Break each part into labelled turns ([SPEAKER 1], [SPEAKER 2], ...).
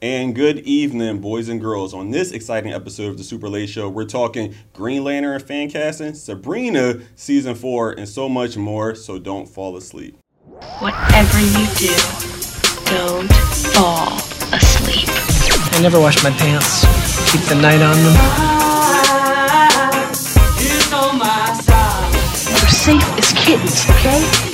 [SPEAKER 1] And good evening, boys and girls. On this exciting episode of the Super Late Show, we're talking Green Lantern fan casting, Sabrina season four, and so much more. So don't fall asleep.
[SPEAKER 2] Whatever you do, don't fall asleep.
[SPEAKER 3] I never wash my pants. Keep the night on them.
[SPEAKER 2] We're safe as kittens, okay?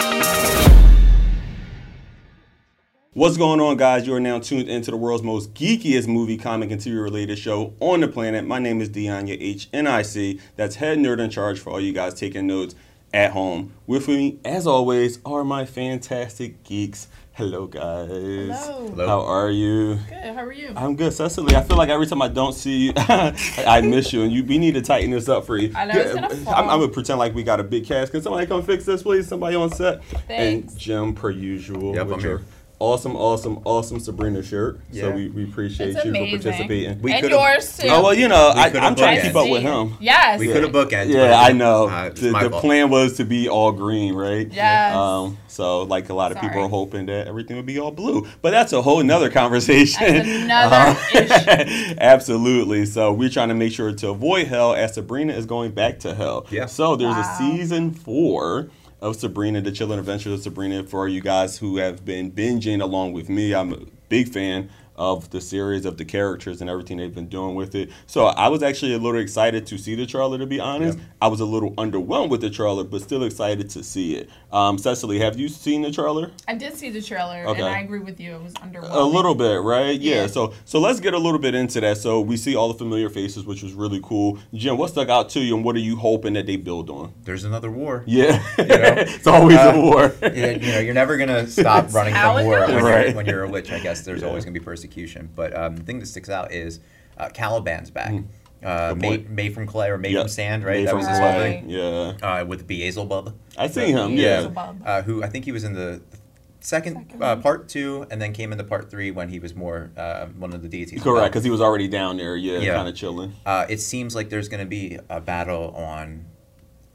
[SPEAKER 1] What's going on, guys? You are now tuned into the world's most geekiest movie, comic, and TV related show on the planet. My name is Deanya H N I C. That's head nerd in charge for all you guys taking notes at home. With me, as always, are my fantastic geeks. Hello, guys.
[SPEAKER 4] Hello.
[SPEAKER 1] How are you?
[SPEAKER 4] Good. How are you?
[SPEAKER 1] I'm good, Cecily. I feel like every time I don't see you, I I miss you, and you. We need to tighten this up for you.
[SPEAKER 4] I know, it's gonna
[SPEAKER 1] I'm,
[SPEAKER 4] fall.
[SPEAKER 1] I'm gonna pretend like we got a big cast. Can somebody come fix this, please? Somebody on set.
[SPEAKER 4] Thanks.
[SPEAKER 1] And Jim, per usual,
[SPEAKER 5] Yep,
[SPEAKER 1] with
[SPEAKER 5] I'm
[SPEAKER 1] your
[SPEAKER 5] here.
[SPEAKER 1] awesome, awesome, awesome Sabrina shirt. So
[SPEAKER 5] Yeah.
[SPEAKER 1] we, we appreciate
[SPEAKER 4] It's
[SPEAKER 1] you
[SPEAKER 4] amazing.
[SPEAKER 1] for participating.
[SPEAKER 5] We
[SPEAKER 4] and
[SPEAKER 5] could've-
[SPEAKER 4] yours too.
[SPEAKER 1] oh well, you know, I,
[SPEAKER 5] could've
[SPEAKER 1] I'm trying to keep
[SPEAKER 5] booked it.
[SPEAKER 1] up with him.
[SPEAKER 4] Yes.
[SPEAKER 5] We could have booked at
[SPEAKER 1] Yeah, I know.
[SPEAKER 5] Uh, it's
[SPEAKER 1] the
[SPEAKER 5] my
[SPEAKER 1] the
[SPEAKER 5] fault.
[SPEAKER 1] plan was to be all green, right?
[SPEAKER 4] Yes.
[SPEAKER 1] Um, so, like, a lot of people
[SPEAKER 4] Sorry.
[SPEAKER 1] are hoping that everything would be all blue. But that's a whole nother conversation. Um,
[SPEAKER 4] That's another
[SPEAKER 1] issue. Absolutely. So, we're trying to make sure to avoid hell as Sabrina is going back to hell.
[SPEAKER 5] Yeah.
[SPEAKER 1] So, there's
[SPEAKER 4] Wow.
[SPEAKER 1] a season four of Sabrina, The Chilling Adventures of Sabrina, for you guys who have been binging along with me. I'm a big fan of the series, of the characters, and everything they've been doing with it. So I was actually a little excited to see the trailer, to be honest.
[SPEAKER 5] Yeah.
[SPEAKER 1] I was a little underwhelmed with the trailer, but still excited to see it. Um, Cecily, have you seen the trailer?
[SPEAKER 4] I did see the trailer,
[SPEAKER 1] Okay.
[SPEAKER 4] and I agree with you. It was underwhelming.
[SPEAKER 1] a little bit right yeah.
[SPEAKER 4] Yeah.
[SPEAKER 1] so so let's get a little bit into that so we see all the familiar faces which was really cool jim what stuck out to you and what are you hoping that they build on
[SPEAKER 5] There's another war.
[SPEAKER 1] yeah
[SPEAKER 5] know?
[SPEAKER 1] it's always a
[SPEAKER 5] Uh,
[SPEAKER 1] war
[SPEAKER 5] You, you know, you're never gonna stop running
[SPEAKER 4] Alec
[SPEAKER 5] from war when,
[SPEAKER 1] Right.
[SPEAKER 5] you're, when you're a witch. I guess there's always gonna be persecution. But um, the thing that sticks out is uh, Caliban's back, uh,
[SPEAKER 1] Good
[SPEAKER 5] made,
[SPEAKER 1] point.
[SPEAKER 5] made from clay or made
[SPEAKER 1] Mm. Yeah.
[SPEAKER 5] from sand, right?
[SPEAKER 1] Made
[SPEAKER 5] that
[SPEAKER 1] from
[SPEAKER 5] was his
[SPEAKER 1] clay,
[SPEAKER 5] whole thing.
[SPEAKER 1] yeah
[SPEAKER 5] Uh, with Beelzebub.
[SPEAKER 1] I seen him, yeah.
[SPEAKER 4] Beelzebub.
[SPEAKER 5] Uh, who I think he was in the second, uh, part two, and then came into part three when he was more uh, one of the deities.
[SPEAKER 1] Correct, because he was already down there, yeah,
[SPEAKER 5] Yeah.
[SPEAKER 1] kind of chilling.
[SPEAKER 5] uh, it seems like there's going to be a battle on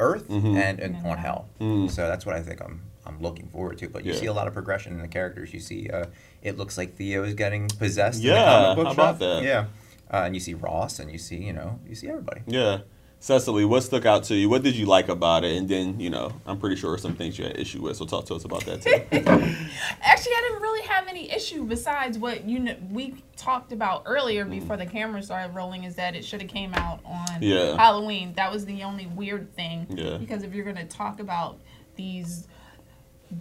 [SPEAKER 5] Earth
[SPEAKER 1] Mm-hmm.
[SPEAKER 5] and, and on Hell. So that's what I think I'm I'm looking forward to. But you
[SPEAKER 1] Mm. Yeah.
[SPEAKER 5] see a lot of progression in the characters. You see, uh, it looks like Theo is getting possessed. in
[SPEAKER 1] Yeah,
[SPEAKER 5] the comic book
[SPEAKER 1] how about
[SPEAKER 5] shop.
[SPEAKER 1] that?
[SPEAKER 5] Yeah, uh, and you see Ross, and you see you know you see everybody.
[SPEAKER 1] Yeah. Cecily, what stuck out to you? What did you like about it? And then, you know, I'm pretty sure some things you had issue with, so talk to us about that too.
[SPEAKER 4] Actually, I didn't really have any issue besides what you know, we talked about
[SPEAKER 1] Mm.
[SPEAKER 4] earlier before the camera started rolling. Is that it should have came out on
[SPEAKER 1] Yeah.
[SPEAKER 4] Halloween? That was the only weird thing.
[SPEAKER 1] Yeah.
[SPEAKER 4] Because if you're gonna talk about these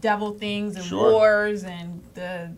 [SPEAKER 4] devil things and
[SPEAKER 1] Sure.
[SPEAKER 4] wars and the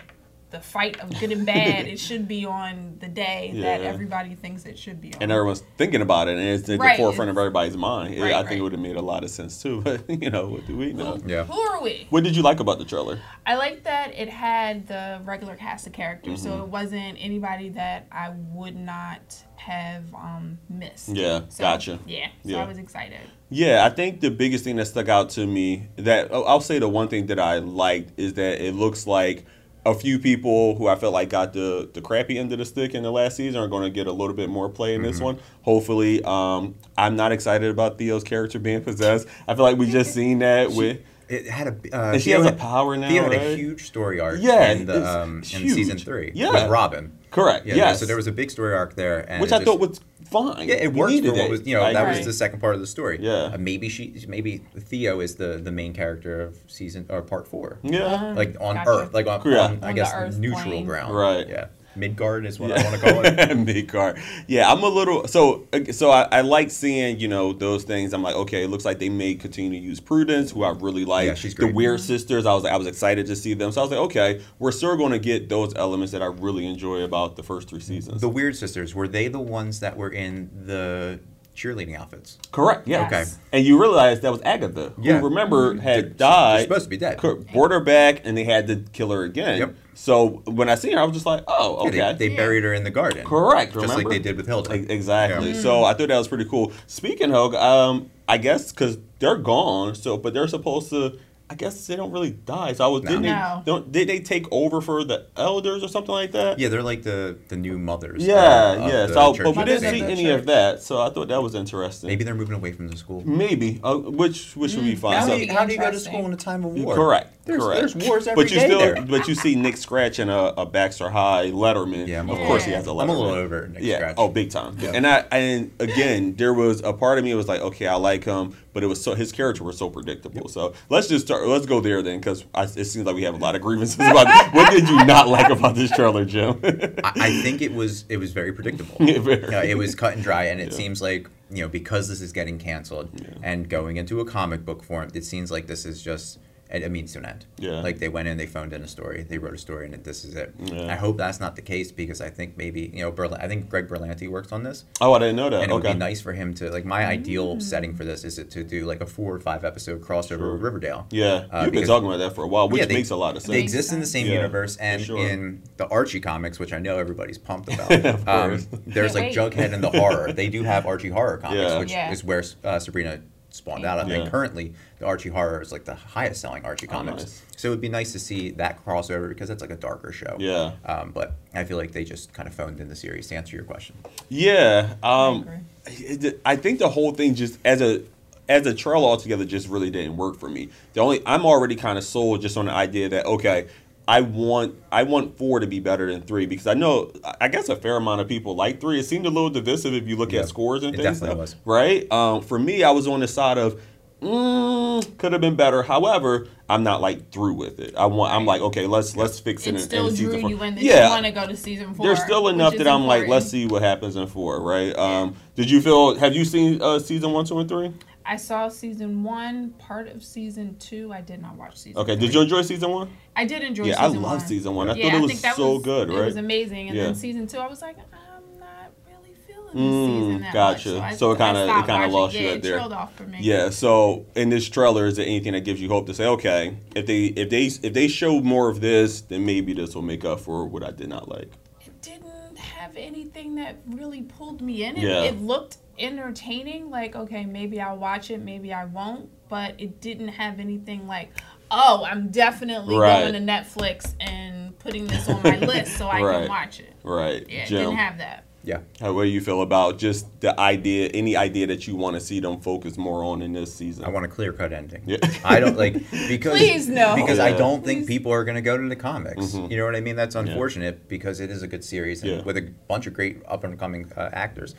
[SPEAKER 4] the fight of good and bad, it should be on the day that
[SPEAKER 1] Yeah.
[SPEAKER 4] everybody thinks it should be on.
[SPEAKER 1] and everyone's thinking about it, and it's at
[SPEAKER 4] Right,
[SPEAKER 1] the forefront of
[SPEAKER 4] it's-
[SPEAKER 1] everybody's mind.
[SPEAKER 4] Right,
[SPEAKER 1] I think it
[SPEAKER 4] right.
[SPEAKER 1] would have made a lot of sense too, but, you know, what do we know?
[SPEAKER 5] Yeah.
[SPEAKER 4] Who are we?
[SPEAKER 1] What did you like about the trailer?
[SPEAKER 4] I like that it had the regular cast of characters, so
[SPEAKER 1] Mm-hmm.
[SPEAKER 4] it wasn't anybody that I would not have um, missed.
[SPEAKER 1] Yeah,
[SPEAKER 4] So,
[SPEAKER 1] gotcha.
[SPEAKER 4] Yeah, so
[SPEAKER 1] Yeah.
[SPEAKER 4] I was excited.
[SPEAKER 1] Yeah, I think the biggest thing that stuck out to me that oh, I'll say the one thing that I liked is that it looks like a few people who I felt like got the the crappy end of the stick in the last season are going to get a little bit more play in this one. Hopefully, um, I'm not excited about Theo's character being possessed. I feel like we just seen that with
[SPEAKER 5] It had a. b- Uh,
[SPEAKER 1] And she
[SPEAKER 5] Theo
[SPEAKER 1] has a
[SPEAKER 5] had-
[SPEAKER 1] power now,
[SPEAKER 5] Theo had a
[SPEAKER 1] right?
[SPEAKER 5] huge story arc.
[SPEAKER 1] Yeah,
[SPEAKER 5] in
[SPEAKER 1] it's
[SPEAKER 5] the, um, in season
[SPEAKER 1] huge.
[SPEAKER 5] three.
[SPEAKER 1] Yeah.
[SPEAKER 5] with Robin.
[SPEAKER 1] correct.
[SPEAKER 5] Yeah,
[SPEAKER 1] yes,
[SPEAKER 5] so there was a big story arc there, and
[SPEAKER 1] which
[SPEAKER 5] it
[SPEAKER 1] I
[SPEAKER 5] just-
[SPEAKER 1] thought was fine.
[SPEAKER 5] Yeah, it
[SPEAKER 1] We
[SPEAKER 5] worked for
[SPEAKER 1] needed
[SPEAKER 5] what was you know
[SPEAKER 1] I
[SPEAKER 5] that
[SPEAKER 1] agree.
[SPEAKER 5] was the second part of the story.
[SPEAKER 1] Yeah.
[SPEAKER 5] Uh, maybe she maybe Theo is the the main character of season or part four.
[SPEAKER 1] yeah.
[SPEAKER 5] Like on
[SPEAKER 4] Um, Gotcha.
[SPEAKER 5] Earth, like on,
[SPEAKER 1] Mm-hmm. Yeah.
[SPEAKER 5] on, I
[SPEAKER 4] On
[SPEAKER 5] guess
[SPEAKER 4] the Earth
[SPEAKER 5] neutral
[SPEAKER 4] plane.
[SPEAKER 5] ground.
[SPEAKER 1] Right.
[SPEAKER 5] Yeah. Midgard is what I want to call it.
[SPEAKER 1] mid card. Yeah, I'm a little so so I, I like seeing you know those things. I'm like, okay, it looks like they may continue to use Prudence, who I really like.
[SPEAKER 5] Yeah, she's
[SPEAKER 1] the
[SPEAKER 5] great.
[SPEAKER 1] Weird Sisters. I was like, I was excited to see them. So I was like, okay, we're still going to get those elements that I really enjoy about the first three seasons.
[SPEAKER 5] the Weird Sisters were they the ones that were in the cheerleading outfits?
[SPEAKER 1] Correct. Yeah.
[SPEAKER 4] Okay.
[SPEAKER 1] And you realize that was Agatha, who
[SPEAKER 5] Yeah. Mm-hmm.
[SPEAKER 1] remember had
[SPEAKER 5] They're-
[SPEAKER 1] died.
[SPEAKER 5] they're supposed to be dead.
[SPEAKER 1] cor- Brought her back, and they had to kill her again.
[SPEAKER 5] Yep.
[SPEAKER 1] So when I seen her, I was just like, oh,
[SPEAKER 5] Yeah,
[SPEAKER 1] okay.
[SPEAKER 5] they- they, buried her in the garden.
[SPEAKER 1] Correct.
[SPEAKER 5] Just
[SPEAKER 1] remember?
[SPEAKER 5] like they did with Hilda.
[SPEAKER 1] E- Exactly.
[SPEAKER 5] Yeah.
[SPEAKER 1] So I thought that was pretty cool. Speaking of, um, I guess because they're gone, so but they're supposed to I guess they don't really die. So I was
[SPEAKER 5] No.
[SPEAKER 1] didn't
[SPEAKER 4] No.
[SPEAKER 1] they don't, did they take over for the elders or something like that?
[SPEAKER 5] Yeah, they're like the the new mothers. of-
[SPEAKER 1] yeah,
[SPEAKER 5] of
[SPEAKER 1] yeah.
[SPEAKER 5] Uh, the
[SPEAKER 1] So
[SPEAKER 5] church.
[SPEAKER 1] but we
[SPEAKER 4] Mothers
[SPEAKER 1] didn't
[SPEAKER 4] of
[SPEAKER 1] see
[SPEAKER 4] the
[SPEAKER 1] any
[SPEAKER 4] church.
[SPEAKER 1] of that. So I thought that was interesting.
[SPEAKER 5] Maybe they're moving away from the school.
[SPEAKER 1] Maybe uh, which which
[SPEAKER 4] Mm.
[SPEAKER 1] would be fine.
[SPEAKER 5] How
[SPEAKER 1] So-
[SPEAKER 5] do, you, how do you go to
[SPEAKER 4] Interesting.
[SPEAKER 5] school in a time of
[SPEAKER 1] You're
[SPEAKER 5] war?
[SPEAKER 1] Correct.
[SPEAKER 5] There's,
[SPEAKER 1] correct.
[SPEAKER 5] There's wars every
[SPEAKER 1] but you
[SPEAKER 5] day
[SPEAKER 1] still,
[SPEAKER 5] there.
[SPEAKER 1] but you see Nick scratching a, a Baxter High Letterman.
[SPEAKER 5] Yeah, I'm
[SPEAKER 1] of
[SPEAKER 5] a-
[SPEAKER 1] course he has a Letterman.
[SPEAKER 5] I'm a little over Nick
[SPEAKER 1] yeah.
[SPEAKER 5] Scratch.
[SPEAKER 1] Oh, big time.
[SPEAKER 5] Yeah.
[SPEAKER 1] And I and again, there was a part of me was like, okay, I like him, but it was so his character was so predictable. So let's just start. Let's go there then, because it seems like we have a lot of grievances about. This. What did you not like about this trailer, Jim?
[SPEAKER 5] I, I think it was it was very predictable.
[SPEAKER 1] Yeah, very.
[SPEAKER 5] You know, it was cut and dry, and it seems like you know because this is getting canceled and going into a comic book form, it seems like this is just it, it means to an end.
[SPEAKER 1] Yeah.
[SPEAKER 5] Like they went in, they phoned in a story, they wrote a story, and it, this is it.
[SPEAKER 1] Yeah.
[SPEAKER 5] I hope that's not the case because I think maybe you know Berla- I think Greg Berlanti works on this,
[SPEAKER 1] oh, I didn't know that.
[SPEAKER 5] and it
[SPEAKER 1] okay.
[SPEAKER 5] would be nice for him to like. My ideal setting for this is it to do like a four or five episode crossover with Riverdale.
[SPEAKER 1] Yeah,
[SPEAKER 5] Uh,
[SPEAKER 1] you've been
[SPEAKER 5] because-
[SPEAKER 1] talking about that for a while, which
[SPEAKER 5] Yeah, they-
[SPEAKER 1] makes a lot of
[SPEAKER 5] They
[SPEAKER 1] sense.
[SPEAKER 5] exist in the same
[SPEAKER 1] Yeah,
[SPEAKER 5] universe
[SPEAKER 1] for
[SPEAKER 5] and
[SPEAKER 1] sure.
[SPEAKER 5] in the Archie comics, which I know everybody's pumped about.
[SPEAKER 1] Of course.
[SPEAKER 5] um, there's like
[SPEAKER 4] Can't wait.
[SPEAKER 5] Jughead and the horror. They do have Archie horror comics,
[SPEAKER 1] Yeah.
[SPEAKER 5] which
[SPEAKER 4] Yeah.
[SPEAKER 5] is where uh, Sabrina spawned out. I think
[SPEAKER 1] Yeah. Oh,
[SPEAKER 5] currently the Archie horror is like the highest selling Archie comics.
[SPEAKER 1] nice.
[SPEAKER 5] So it would be nice to see that crossover because that's like a darker show.
[SPEAKER 1] Yeah.
[SPEAKER 5] Um, but I feel like they just kind of phoned in the series to answer your question.
[SPEAKER 1] Yeah, um,
[SPEAKER 4] agree.
[SPEAKER 1] it- I think the whole thing just as a as a trail altogether just really didn't work for me. The only I'm already kind of sold just on the idea that okay, I want I want four to be better than three because I know I- I guess a fair amount of people like three. It seemed a little divisive if you look
[SPEAKER 5] Yeah,
[SPEAKER 1] at scores and
[SPEAKER 5] it
[SPEAKER 1] things,
[SPEAKER 5] definitely was.
[SPEAKER 1] right? Um, for me, I was on the side of. Mm, could have been better. However, I'm not like through with it. I want. I'm like, okay, let's let's fix it.
[SPEAKER 4] It
[SPEAKER 1] in-
[SPEAKER 4] still
[SPEAKER 1] in season
[SPEAKER 4] drew
[SPEAKER 1] four.
[SPEAKER 4] you in that
[SPEAKER 1] Yeah,
[SPEAKER 4] you want to go to season four.
[SPEAKER 1] there's still enough that
[SPEAKER 4] which is
[SPEAKER 1] I'm like, let's
[SPEAKER 4] important.
[SPEAKER 1] see what happens in four, right? Um, did you feel? Have you seen uh, season one, two, and three?
[SPEAKER 4] I saw season one, part of season two. I did not watch season.
[SPEAKER 1] Okay.
[SPEAKER 4] three.
[SPEAKER 1] Did you enjoy season one?
[SPEAKER 4] I did enjoy.
[SPEAKER 1] yeah, I
[SPEAKER 4] season
[SPEAKER 1] love
[SPEAKER 4] one.
[SPEAKER 1] season one. I
[SPEAKER 4] yeah,
[SPEAKER 1] thought it
[SPEAKER 4] I
[SPEAKER 1] was
[SPEAKER 4] think that
[SPEAKER 1] so
[SPEAKER 4] was,
[SPEAKER 1] good,
[SPEAKER 4] It was
[SPEAKER 1] right?
[SPEAKER 4] amazing. And
[SPEAKER 1] Yeah.
[SPEAKER 4] then season two, I was like, I'm not really feeling this
[SPEAKER 1] Mm,
[SPEAKER 4] season that
[SPEAKER 1] gotcha.
[SPEAKER 4] much. I-
[SPEAKER 1] So it
[SPEAKER 4] I
[SPEAKER 1] kinda- it
[SPEAKER 4] stopped
[SPEAKER 1] kinda
[SPEAKER 4] watching.
[SPEAKER 1] lost
[SPEAKER 4] yeah,
[SPEAKER 1] you at
[SPEAKER 4] it
[SPEAKER 1] there.
[SPEAKER 4] trailed off for me.
[SPEAKER 1] Yeah. So in this trailer, is there anything that gives you hope to say, okay, if they if they if they show more of this, then maybe this will make up for what I did not like.
[SPEAKER 4] It didn't have anything that really pulled me in. It,
[SPEAKER 1] Yeah.
[SPEAKER 4] it looked entertaining. Like, okay, maybe I'll watch it, maybe I won't. But it didn't have anything like, oh, I'm definitely
[SPEAKER 1] Right.
[SPEAKER 4] going to Netflix and putting this on my list so I
[SPEAKER 1] Right.
[SPEAKER 4] can watch it.
[SPEAKER 1] Right.
[SPEAKER 4] Yeah, it
[SPEAKER 1] Jim,
[SPEAKER 4] didn't have that.
[SPEAKER 5] Yeah.
[SPEAKER 1] how what do you feel about just the idea, any idea that you want to see them focus more on in this season?
[SPEAKER 5] I want a clear cut ending.
[SPEAKER 1] Yeah.
[SPEAKER 5] I don't like because
[SPEAKER 4] Please, no.
[SPEAKER 5] because I
[SPEAKER 1] Yeah. Mm-hmm.
[SPEAKER 5] don't think
[SPEAKER 4] Please.
[SPEAKER 5] people are going to go to the comics. You know what I mean? That's unfortunate because it is a good series and
[SPEAKER 1] Yeah.
[SPEAKER 5] with a bunch of great up and coming uh, actors.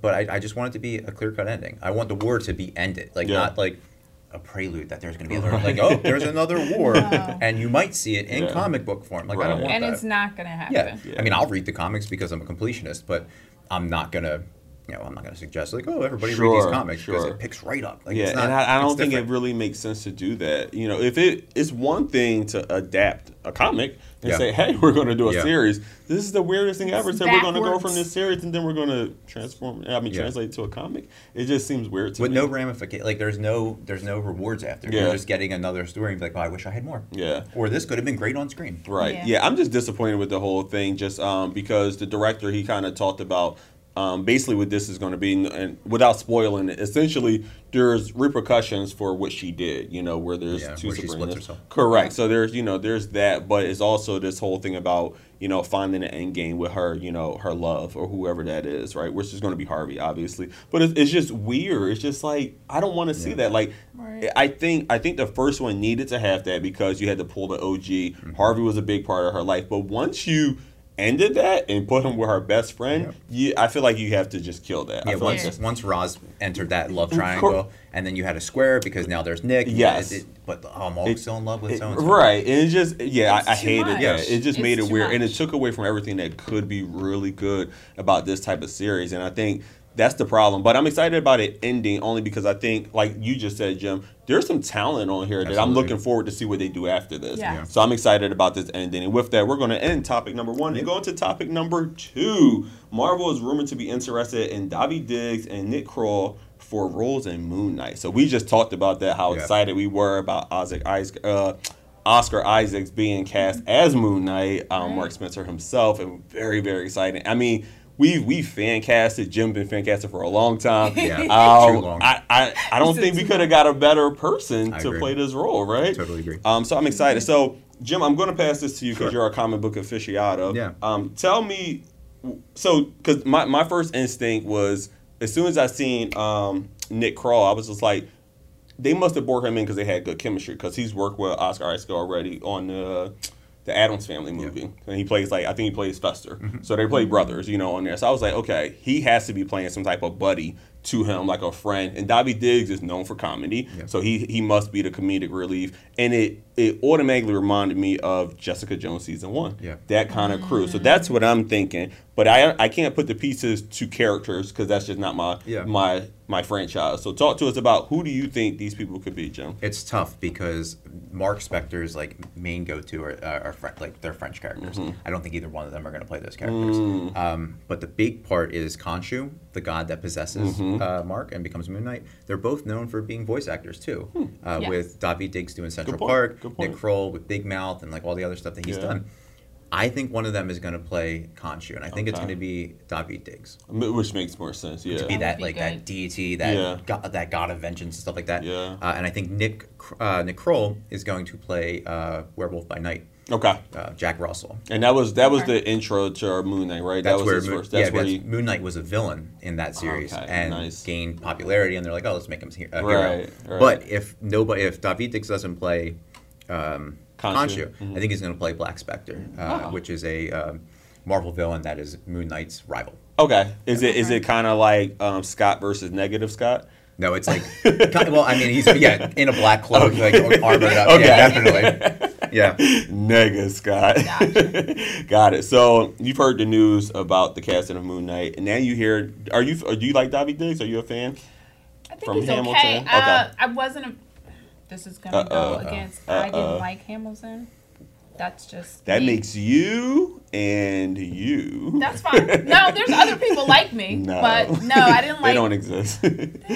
[SPEAKER 5] But I, I just want it to be a clear cut ending. I want the war to be ended, like
[SPEAKER 1] Yeah.
[SPEAKER 5] not like a prelude that there's going to be a like oh there's another war and you might see it in
[SPEAKER 1] Yeah.
[SPEAKER 5] comic book form. Like I
[SPEAKER 1] Right.
[SPEAKER 5] don't want
[SPEAKER 4] And
[SPEAKER 5] that.
[SPEAKER 4] it's not going to happen.
[SPEAKER 5] Yeah.
[SPEAKER 1] Yeah.
[SPEAKER 5] I mean, I'll read the comics because I'm a completionist, but I'm not gonna, you know, I'm not gonna suggest like, oh, everybody read
[SPEAKER 1] Sure,
[SPEAKER 5] these comics because
[SPEAKER 1] sure.
[SPEAKER 5] it picks right up. Like,
[SPEAKER 1] yeah,
[SPEAKER 5] it's not,
[SPEAKER 1] and I, I
[SPEAKER 5] it's
[SPEAKER 1] don't think
[SPEAKER 5] different.
[SPEAKER 1] it really makes sense to do that. You know, if it it's one thing to adapt a comic and
[SPEAKER 5] Yeah.
[SPEAKER 1] say, "Hey, we're going to do a
[SPEAKER 5] Yeah.
[SPEAKER 1] series. This is the weirdest thing ever."
[SPEAKER 4] It's
[SPEAKER 1] So we're going to go from
[SPEAKER 4] backwards.
[SPEAKER 1] this series and then we're going to transform. I mean,
[SPEAKER 5] Yeah.
[SPEAKER 1] translate it to a comic. It just seems weird to
[SPEAKER 5] with
[SPEAKER 1] me.
[SPEAKER 5] no ramification. Like, there's no, there's no rewards after.
[SPEAKER 1] Yeah.
[SPEAKER 5] You're just getting another story and be like, oh, I wish I had more.
[SPEAKER 1] Yeah.
[SPEAKER 5] Or this could have been great on screen.
[SPEAKER 1] Right. Yeah.
[SPEAKER 4] Yeah.
[SPEAKER 1] I'm just disappointed with the whole thing, just um, because the director he kind of talked about um, basically what this is going to be, and- and without spoiling it, essentially there's repercussions for what she did. You know, where there's
[SPEAKER 5] Yeah,
[SPEAKER 1] two
[SPEAKER 5] where she splits
[SPEAKER 1] Sabrinas.
[SPEAKER 5] herself.
[SPEAKER 1] Correct. So there's you know there's that, but it's also this whole thing about you know finding an end game with her, you know, her love or whoever that is, right? Which is going to be Harvey, obviously. But it's, it's just weird. It's just like I don't want to see
[SPEAKER 5] Yeah.
[SPEAKER 1] that. Like
[SPEAKER 4] Right.
[SPEAKER 1] I think I think the first one needed to have that because you had to pull the OG.
[SPEAKER 5] Mm-hmm.
[SPEAKER 1] Harvey was a big part of her life, but once you ended that and put him with her best friend, you, I feel like you have to just kill that. I
[SPEAKER 5] Yeah,
[SPEAKER 1] feel
[SPEAKER 5] once
[SPEAKER 1] like that's-
[SPEAKER 5] once Roz entered that love triangle, and then you had a square because now there's Nick. and
[SPEAKER 1] Yes.
[SPEAKER 5] it- it- but oh, I'm always
[SPEAKER 1] It-
[SPEAKER 5] still in love with
[SPEAKER 1] It-
[SPEAKER 5] so and so.
[SPEAKER 1] right, and it just yeah,
[SPEAKER 4] It's
[SPEAKER 1] I, I
[SPEAKER 4] too
[SPEAKER 1] hated
[SPEAKER 4] much.
[SPEAKER 1] that.
[SPEAKER 5] Yes.
[SPEAKER 1] It just
[SPEAKER 4] It's
[SPEAKER 1] made it
[SPEAKER 4] too
[SPEAKER 1] weird, and it
[SPEAKER 4] much.
[SPEAKER 1] took away from everything that could be really good about this type of series. And I think that's the problem. But I'm excited about it ending only because I think, like you just said, Jim, there's some talent on here that I'm
[SPEAKER 5] Absolutely.
[SPEAKER 1] looking forward to see what they do after this.
[SPEAKER 4] Yeah. Yeah.
[SPEAKER 1] So I'm excited about this ending. And with that, we're going to end topic number one and go into topic number two. Marvel is rumored to be interested in Davi Diggs and Nick Kroll. For roles in Moon Knight, so we just talked about that how
[SPEAKER 5] Yeah.
[SPEAKER 1] excited we were about Isaac, Isaac uh, Oscar Isaacs being cast as Moon Knight, um, Mark Spencer himself, and very very exciting. I mean, we we fan casted. Jim been fan casted for a long time.
[SPEAKER 5] Yeah, too
[SPEAKER 1] Um,
[SPEAKER 5] long.
[SPEAKER 1] I, I I don't think we could have got a better person
[SPEAKER 5] I
[SPEAKER 1] to
[SPEAKER 5] agree.
[SPEAKER 1] play this role, right?
[SPEAKER 5] Totally agree.
[SPEAKER 1] Um, so I'm excited. So Jim, I'm going to pass this to you because
[SPEAKER 5] Sure.
[SPEAKER 1] you're a comic book aficionado.
[SPEAKER 5] Yeah.
[SPEAKER 1] Um, tell me, so because my my first instinct was as soon as I seen um Nick Craw, I was just like, they must have brought him in because they had good chemistry because he's worked with Oscar Isaac already on the the Adams Family movie, and he plays like I think he plays Fester.
[SPEAKER 5] Mm-hmm.
[SPEAKER 1] So they play brothers, you know, on there. So I was like, okay, he has to be playing some type of buddy to him, like a friend. And Dobby Diggs is known for comedy,
[SPEAKER 5] Yeah.
[SPEAKER 1] so he he must be the comedic relief. And it it automatically reminded me of Jessica Jones season one,
[SPEAKER 5] Yeah.
[SPEAKER 1] that kind of crew. So that's what I'm thinking. But I I can't put the pieces to characters because that's just not my
[SPEAKER 5] Yeah.
[SPEAKER 1] my my franchise. So talk to us about who do you think these people could be, Jim?
[SPEAKER 5] It's tough because Mark Spector's like main go-to are, are, are Fre- like they're French characters.
[SPEAKER 1] Mm-hmm.
[SPEAKER 5] I don't think either one of them are going to play those characters.
[SPEAKER 1] Mm.
[SPEAKER 5] Um, but the big part is Khonshu, the god that possesses
[SPEAKER 1] Mm-hmm.
[SPEAKER 5] uh, Mark and becomes Moon Knight. They're both known for being voice actors too. Uh,
[SPEAKER 4] Yes.
[SPEAKER 5] With Dobby Diggs doing Central
[SPEAKER 1] point,
[SPEAKER 5] Park,
[SPEAKER 1] Hmm. good
[SPEAKER 5] Nick
[SPEAKER 1] point.
[SPEAKER 5] Kroll with Big Mouth, and like all the other stuff that he's
[SPEAKER 1] Yeah.
[SPEAKER 5] done. I think one of them is going to play Khonshu, and I think it's
[SPEAKER 1] Okay.
[SPEAKER 5] going to be Dobby Diggs
[SPEAKER 1] M- Which makes more sense. Yeah.
[SPEAKER 5] be that
[SPEAKER 4] That'd be
[SPEAKER 5] like
[SPEAKER 4] good.
[SPEAKER 5] that deity, that
[SPEAKER 1] Yeah.
[SPEAKER 5] god, that god of vengeance and stuff like that.
[SPEAKER 1] Yeah.
[SPEAKER 5] Uh, and I think Nick Cr- uh, Nick Kroll is going to play uh, Werewolf by Night,
[SPEAKER 1] Okay.
[SPEAKER 5] uh, Jack Russell.
[SPEAKER 1] And that was that was the intro to our Moon Knight, right? that was his
[SPEAKER 5] Moon,
[SPEAKER 1] first. That's
[SPEAKER 5] yeah,
[SPEAKER 1] where
[SPEAKER 5] because
[SPEAKER 1] he.
[SPEAKER 5] Moon Knight was a villain in that series
[SPEAKER 1] Okay,
[SPEAKER 5] and
[SPEAKER 1] nice.
[SPEAKER 5] gained popularity, and they're like, oh, let's make him he-
[SPEAKER 1] Right,
[SPEAKER 5] a hero.
[SPEAKER 1] right.
[SPEAKER 5] But if nobody, if David Dix doesn't play um,
[SPEAKER 1] Khonshu. Mm-hmm. Ah.
[SPEAKER 5] Khonshu, I think he's going to play Black Spectre, uh, which is a um, Marvel villain that is Moon Knight's rival.
[SPEAKER 1] Okay. Is it is it kind of like um, Scott versus Negative Scott?
[SPEAKER 5] No, it's like, kind well, I mean, he's yeah in a black cloak, like armored up.
[SPEAKER 1] Okay.
[SPEAKER 5] Yeah, definitely. Yeah,
[SPEAKER 1] Negative Scott. Got it. So you've heard the news about the casting of Moon Knight, and now you hear. Are you do you like Dobby Diggs? Are you a fan?
[SPEAKER 4] I think
[SPEAKER 1] From
[SPEAKER 4] he's
[SPEAKER 1] Hamilton?
[SPEAKER 4] okay. Uh,
[SPEAKER 1] Okay. Uh-uh,
[SPEAKER 4] I wasn't. A, this is gonna
[SPEAKER 1] Uh-oh.
[SPEAKER 4] go against. I
[SPEAKER 1] Uh-oh.
[SPEAKER 4] didn't like Hamilton. That's just.
[SPEAKER 1] uh-uh. That
[SPEAKER 4] me.
[SPEAKER 1] makes you and you.
[SPEAKER 4] That's fine. No, there's other people like me,
[SPEAKER 1] No.
[SPEAKER 4] but no, I didn't
[SPEAKER 1] they
[SPEAKER 4] like.
[SPEAKER 1] don't exist.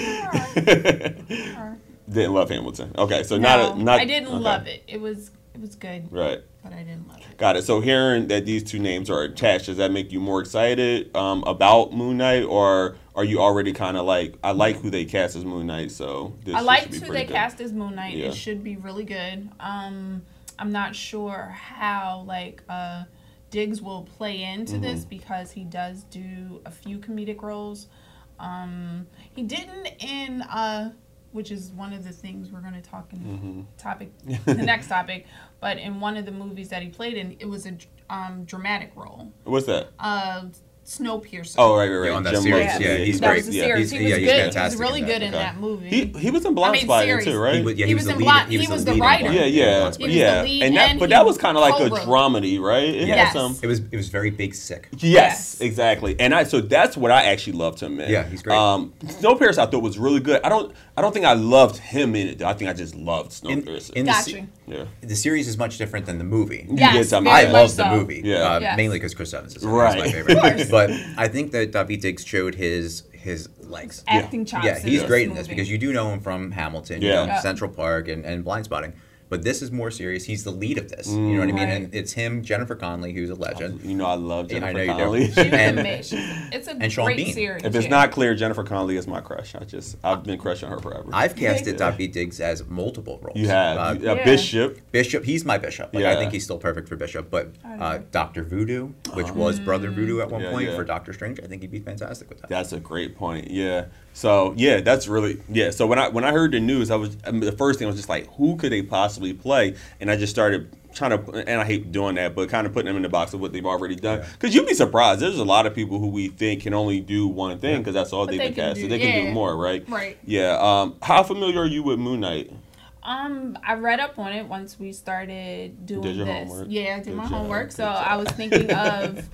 [SPEAKER 4] her.
[SPEAKER 1] Didn't love Hamilton. Okay, so
[SPEAKER 4] No,
[SPEAKER 1] not a, not.
[SPEAKER 4] I didn't
[SPEAKER 1] okay.
[SPEAKER 4] love it. It was it was good,
[SPEAKER 1] Right.
[SPEAKER 4] but I didn't love it.
[SPEAKER 1] Got it. So hearing that these two names are attached, does that make you more excited um, about Moon Knight, or are you already kind of like, I like who they cast as Moon Knight, so this
[SPEAKER 4] I
[SPEAKER 1] should
[SPEAKER 4] liked
[SPEAKER 1] be
[SPEAKER 4] who
[SPEAKER 1] pretty
[SPEAKER 4] they
[SPEAKER 1] good.
[SPEAKER 4] cast as Moon Knight.
[SPEAKER 1] Yeah.
[SPEAKER 4] It should be really good. Um, I'm not sure how like uh, Diggs will play into this
[SPEAKER 1] Mm-hmm.
[SPEAKER 4] because he does do a few comedic roles. Um, he didn't in uh, which is one of the things we're going to talk in
[SPEAKER 1] Mm-hmm.
[SPEAKER 4] topic the next topic, but in one of the movies that he played in, it was a dr- um, dramatic role.
[SPEAKER 1] What's that?
[SPEAKER 4] Uh, Snowpiercer.
[SPEAKER 1] Oh, right, right, right.
[SPEAKER 5] Yeah, on that
[SPEAKER 1] Jim
[SPEAKER 5] series,
[SPEAKER 1] Morrison.
[SPEAKER 5] yeah, he's
[SPEAKER 4] that
[SPEAKER 5] great.
[SPEAKER 4] was the
[SPEAKER 5] yeah,
[SPEAKER 4] series.
[SPEAKER 5] he's-
[SPEAKER 4] he was
[SPEAKER 5] yeah, he's
[SPEAKER 4] good. He was
[SPEAKER 5] fantastic
[SPEAKER 4] really
[SPEAKER 5] in that,
[SPEAKER 4] good in
[SPEAKER 1] okay.
[SPEAKER 4] that movie.
[SPEAKER 1] He, he was in Blind
[SPEAKER 4] I mean,
[SPEAKER 1] Spot
[SPEAKER 4] series.
[SPEAKER 1] too, right?
[SPEAKER 5] He was- yeah,
[SPEAKER 4] He was
[SPEAKER 5] was the
[SPEAKER 4] in
[SPEAKER 5] leading-
[SPEAKER 4] Black-
[SPEAKER 5] he was
[SPEAKER 4] he
[SPEAKER 5] the
[SPEAKER 4] was the
[SPEAKER 5] leading
[SPEAKER 4] writer.
[SPEAKER 5] black
[SPEAKER 1] yeah,
[SPEAKER 5] in
[SPEAKER 1] yeah,
[SPEAKER 5] Blind Spot.
[SPEAKER 4] was
[SPEAKER 1] yeah.
[SPEAKER 4] the lead
[SPEAKER 1] and that,
[SPEAKER 4] and
[SPEAKER 1] but
[SPEAKER 4] he
[SPEAKER 1] that was kind of like a
[SPEAKER 4] co-wrote.
[SPEAKER 1] dramedy, right? It had
[SPEAKER 4] Yes.
[SPEAKER 1] some.
[SPEAKER 5] It was it was very big sick.
[SPEAKER 1] Yes,
[SPEAKER 4] Yes.
[SPEAKER 1] exactly. And I so that's what I actually loved him in.
[SPEAKER 5] Yeah, he's great.
[SPEAKER 1] Um, Snowpiercer I thought was really good. I don't I don't think I loved him in it. though. I think I just loved
[SPEAKER 5] In,
[SPEAKER 1] Snowpiercer.
[SPEAKER 5] in the,
[SPEAKER 4] Gotcha.
[SPEAKER 5] se-
[SPEAKER 1] yeah.
[SPEAKER 5] the series is much different than the movie.
[SPEAKER 4] Yes,
[SPEAKER 1] did something.
[SPEAKER 4] very
[SPEAKER 5] I
[SPEAKER 1] Yeah.
[SPEAKER 5] love
[SPEAKER 4] much
[SPEAKER 5] the
[SPEAKER 4] so.
[SPEAKER 5] movie,
[SPEAKER 1] Yeah.
[SPEAKER 5] uh,
[SPEAKER 4] Yes.
[SPEAKER 5] mainly because Chris Evans is
[SPEAKER 1] Right.
[SPEAKER 5] my favorite.
[SPEAKER 4] Of course.
[SPEAKER 5] but I think that David Diggs showed his his legs.
[SPEAKER 4] Acting chops.
[SPEAKER 5] Yeah, he's
[SPEAKER 4] this
[SPEAKER 5] great in this
[SPEAKER 4] movie.
[SPEAKER 5] because you do know him from Hamilton, you
[SPEAKER 1] Yeah.
[SPEAKER 5] know, him
[SPEAKER 1] Yeah.
[SPEAKER 5] Central Park, and, and Blind Spotting. But this is more serious. He's the lead of this. You know what I mean?
[SPEAKER 1] Mm.
[SPEAKER 4] Right.
[SPEAKER 5] And it's him, Jennifer Connelly, who's a legend.
[SPEAKER 1] You know I love
[SPEAKER 5] Yeah,
[SPEAKER 1] Jennifer
[SPEAKER 5] I know you do.
[SPEAKER 1] Connelly.
[SPEAKER 5] She
[SPEAKER 4] She was
[SPEAKER 5] And-
[SPEAKER 4] amazing. It's a
[SPEAKER 5] Sean
[SPEAKER 4] great
[SPEAKER 5] Bean.
[SPEAKER 4] series.
[SPEAKER 1] if it's
[SPEAKER 4] yeah.
[SPEAKER 1] not clear, Jennifer Connelly is my crush. I just I've been crushing her forever.
[SPEAKER 5] I've casted David Diggs as multiple roles.
[SPEAKER 1] you have
[SPEAKER 5] Uh,
[SPEAKER 1] you- uh,
[SPEAKER 4] Yeah.
[SPEAKER 1] Bishop.
[SPEAKER 5] Bishop, he's my bishop. Like,
[SPEAKER 1] Yeah.
[SPEAKER 5] I think he's still perfect for bishop. But uh, Doctor Voodoo, which
[SPEAKER 1] Oh.
[SPEAKER 5] was Brother Voodoo at one
[SPEAKER 1] Yeah,
[SPEAKER 5] point
[SPEAKER 1] yeah.
[SPEAKER 5] for Doctor Strange, I think he'd be fantastic with that.
[SPEAKER 1] That's a great point. Yeah. So yeah, that's really yeah. So when I when I heard the news, I was I mean, the first thing I was just like, who could they possibly play? And I just started trying to, and I hate doing that, but kind of putting them in the box of what they've already done. Because you'd be surprised. There's a lot of people who we think can only do one thing because that's all
[SPEAKER 4] But
[SPEAKER 1] they've
[SPEAKER 4] they
[SPEAKER 1] been
[SPEAKER 4] can
[SPEAKER 1] cast. So
[SPEAKER 4] do-
[SPEAKER 1] they can do
[SPEAKER 4] yeah.
[SPEAKER 1] more, right?
[SPEAKER 4] Right.
[SPEAKER 1] Yeah. Um, how familiar are you with Moon Knight?
[SPEAKER 4] Um, I read up on it once we started doing
[SPEAKER 1] did your
[SPEAKER 4] this.
[SPEAKER 1] homework.
[SPEAKER 4] Yeah, I did
[SPEAKER 1] Good
[SPEAKER 4] my
[SPEAKER 1] job,
[SPEAKER 4] homework.
[SPEAKER 1] good
[SPEAKER 4] So I was thinking of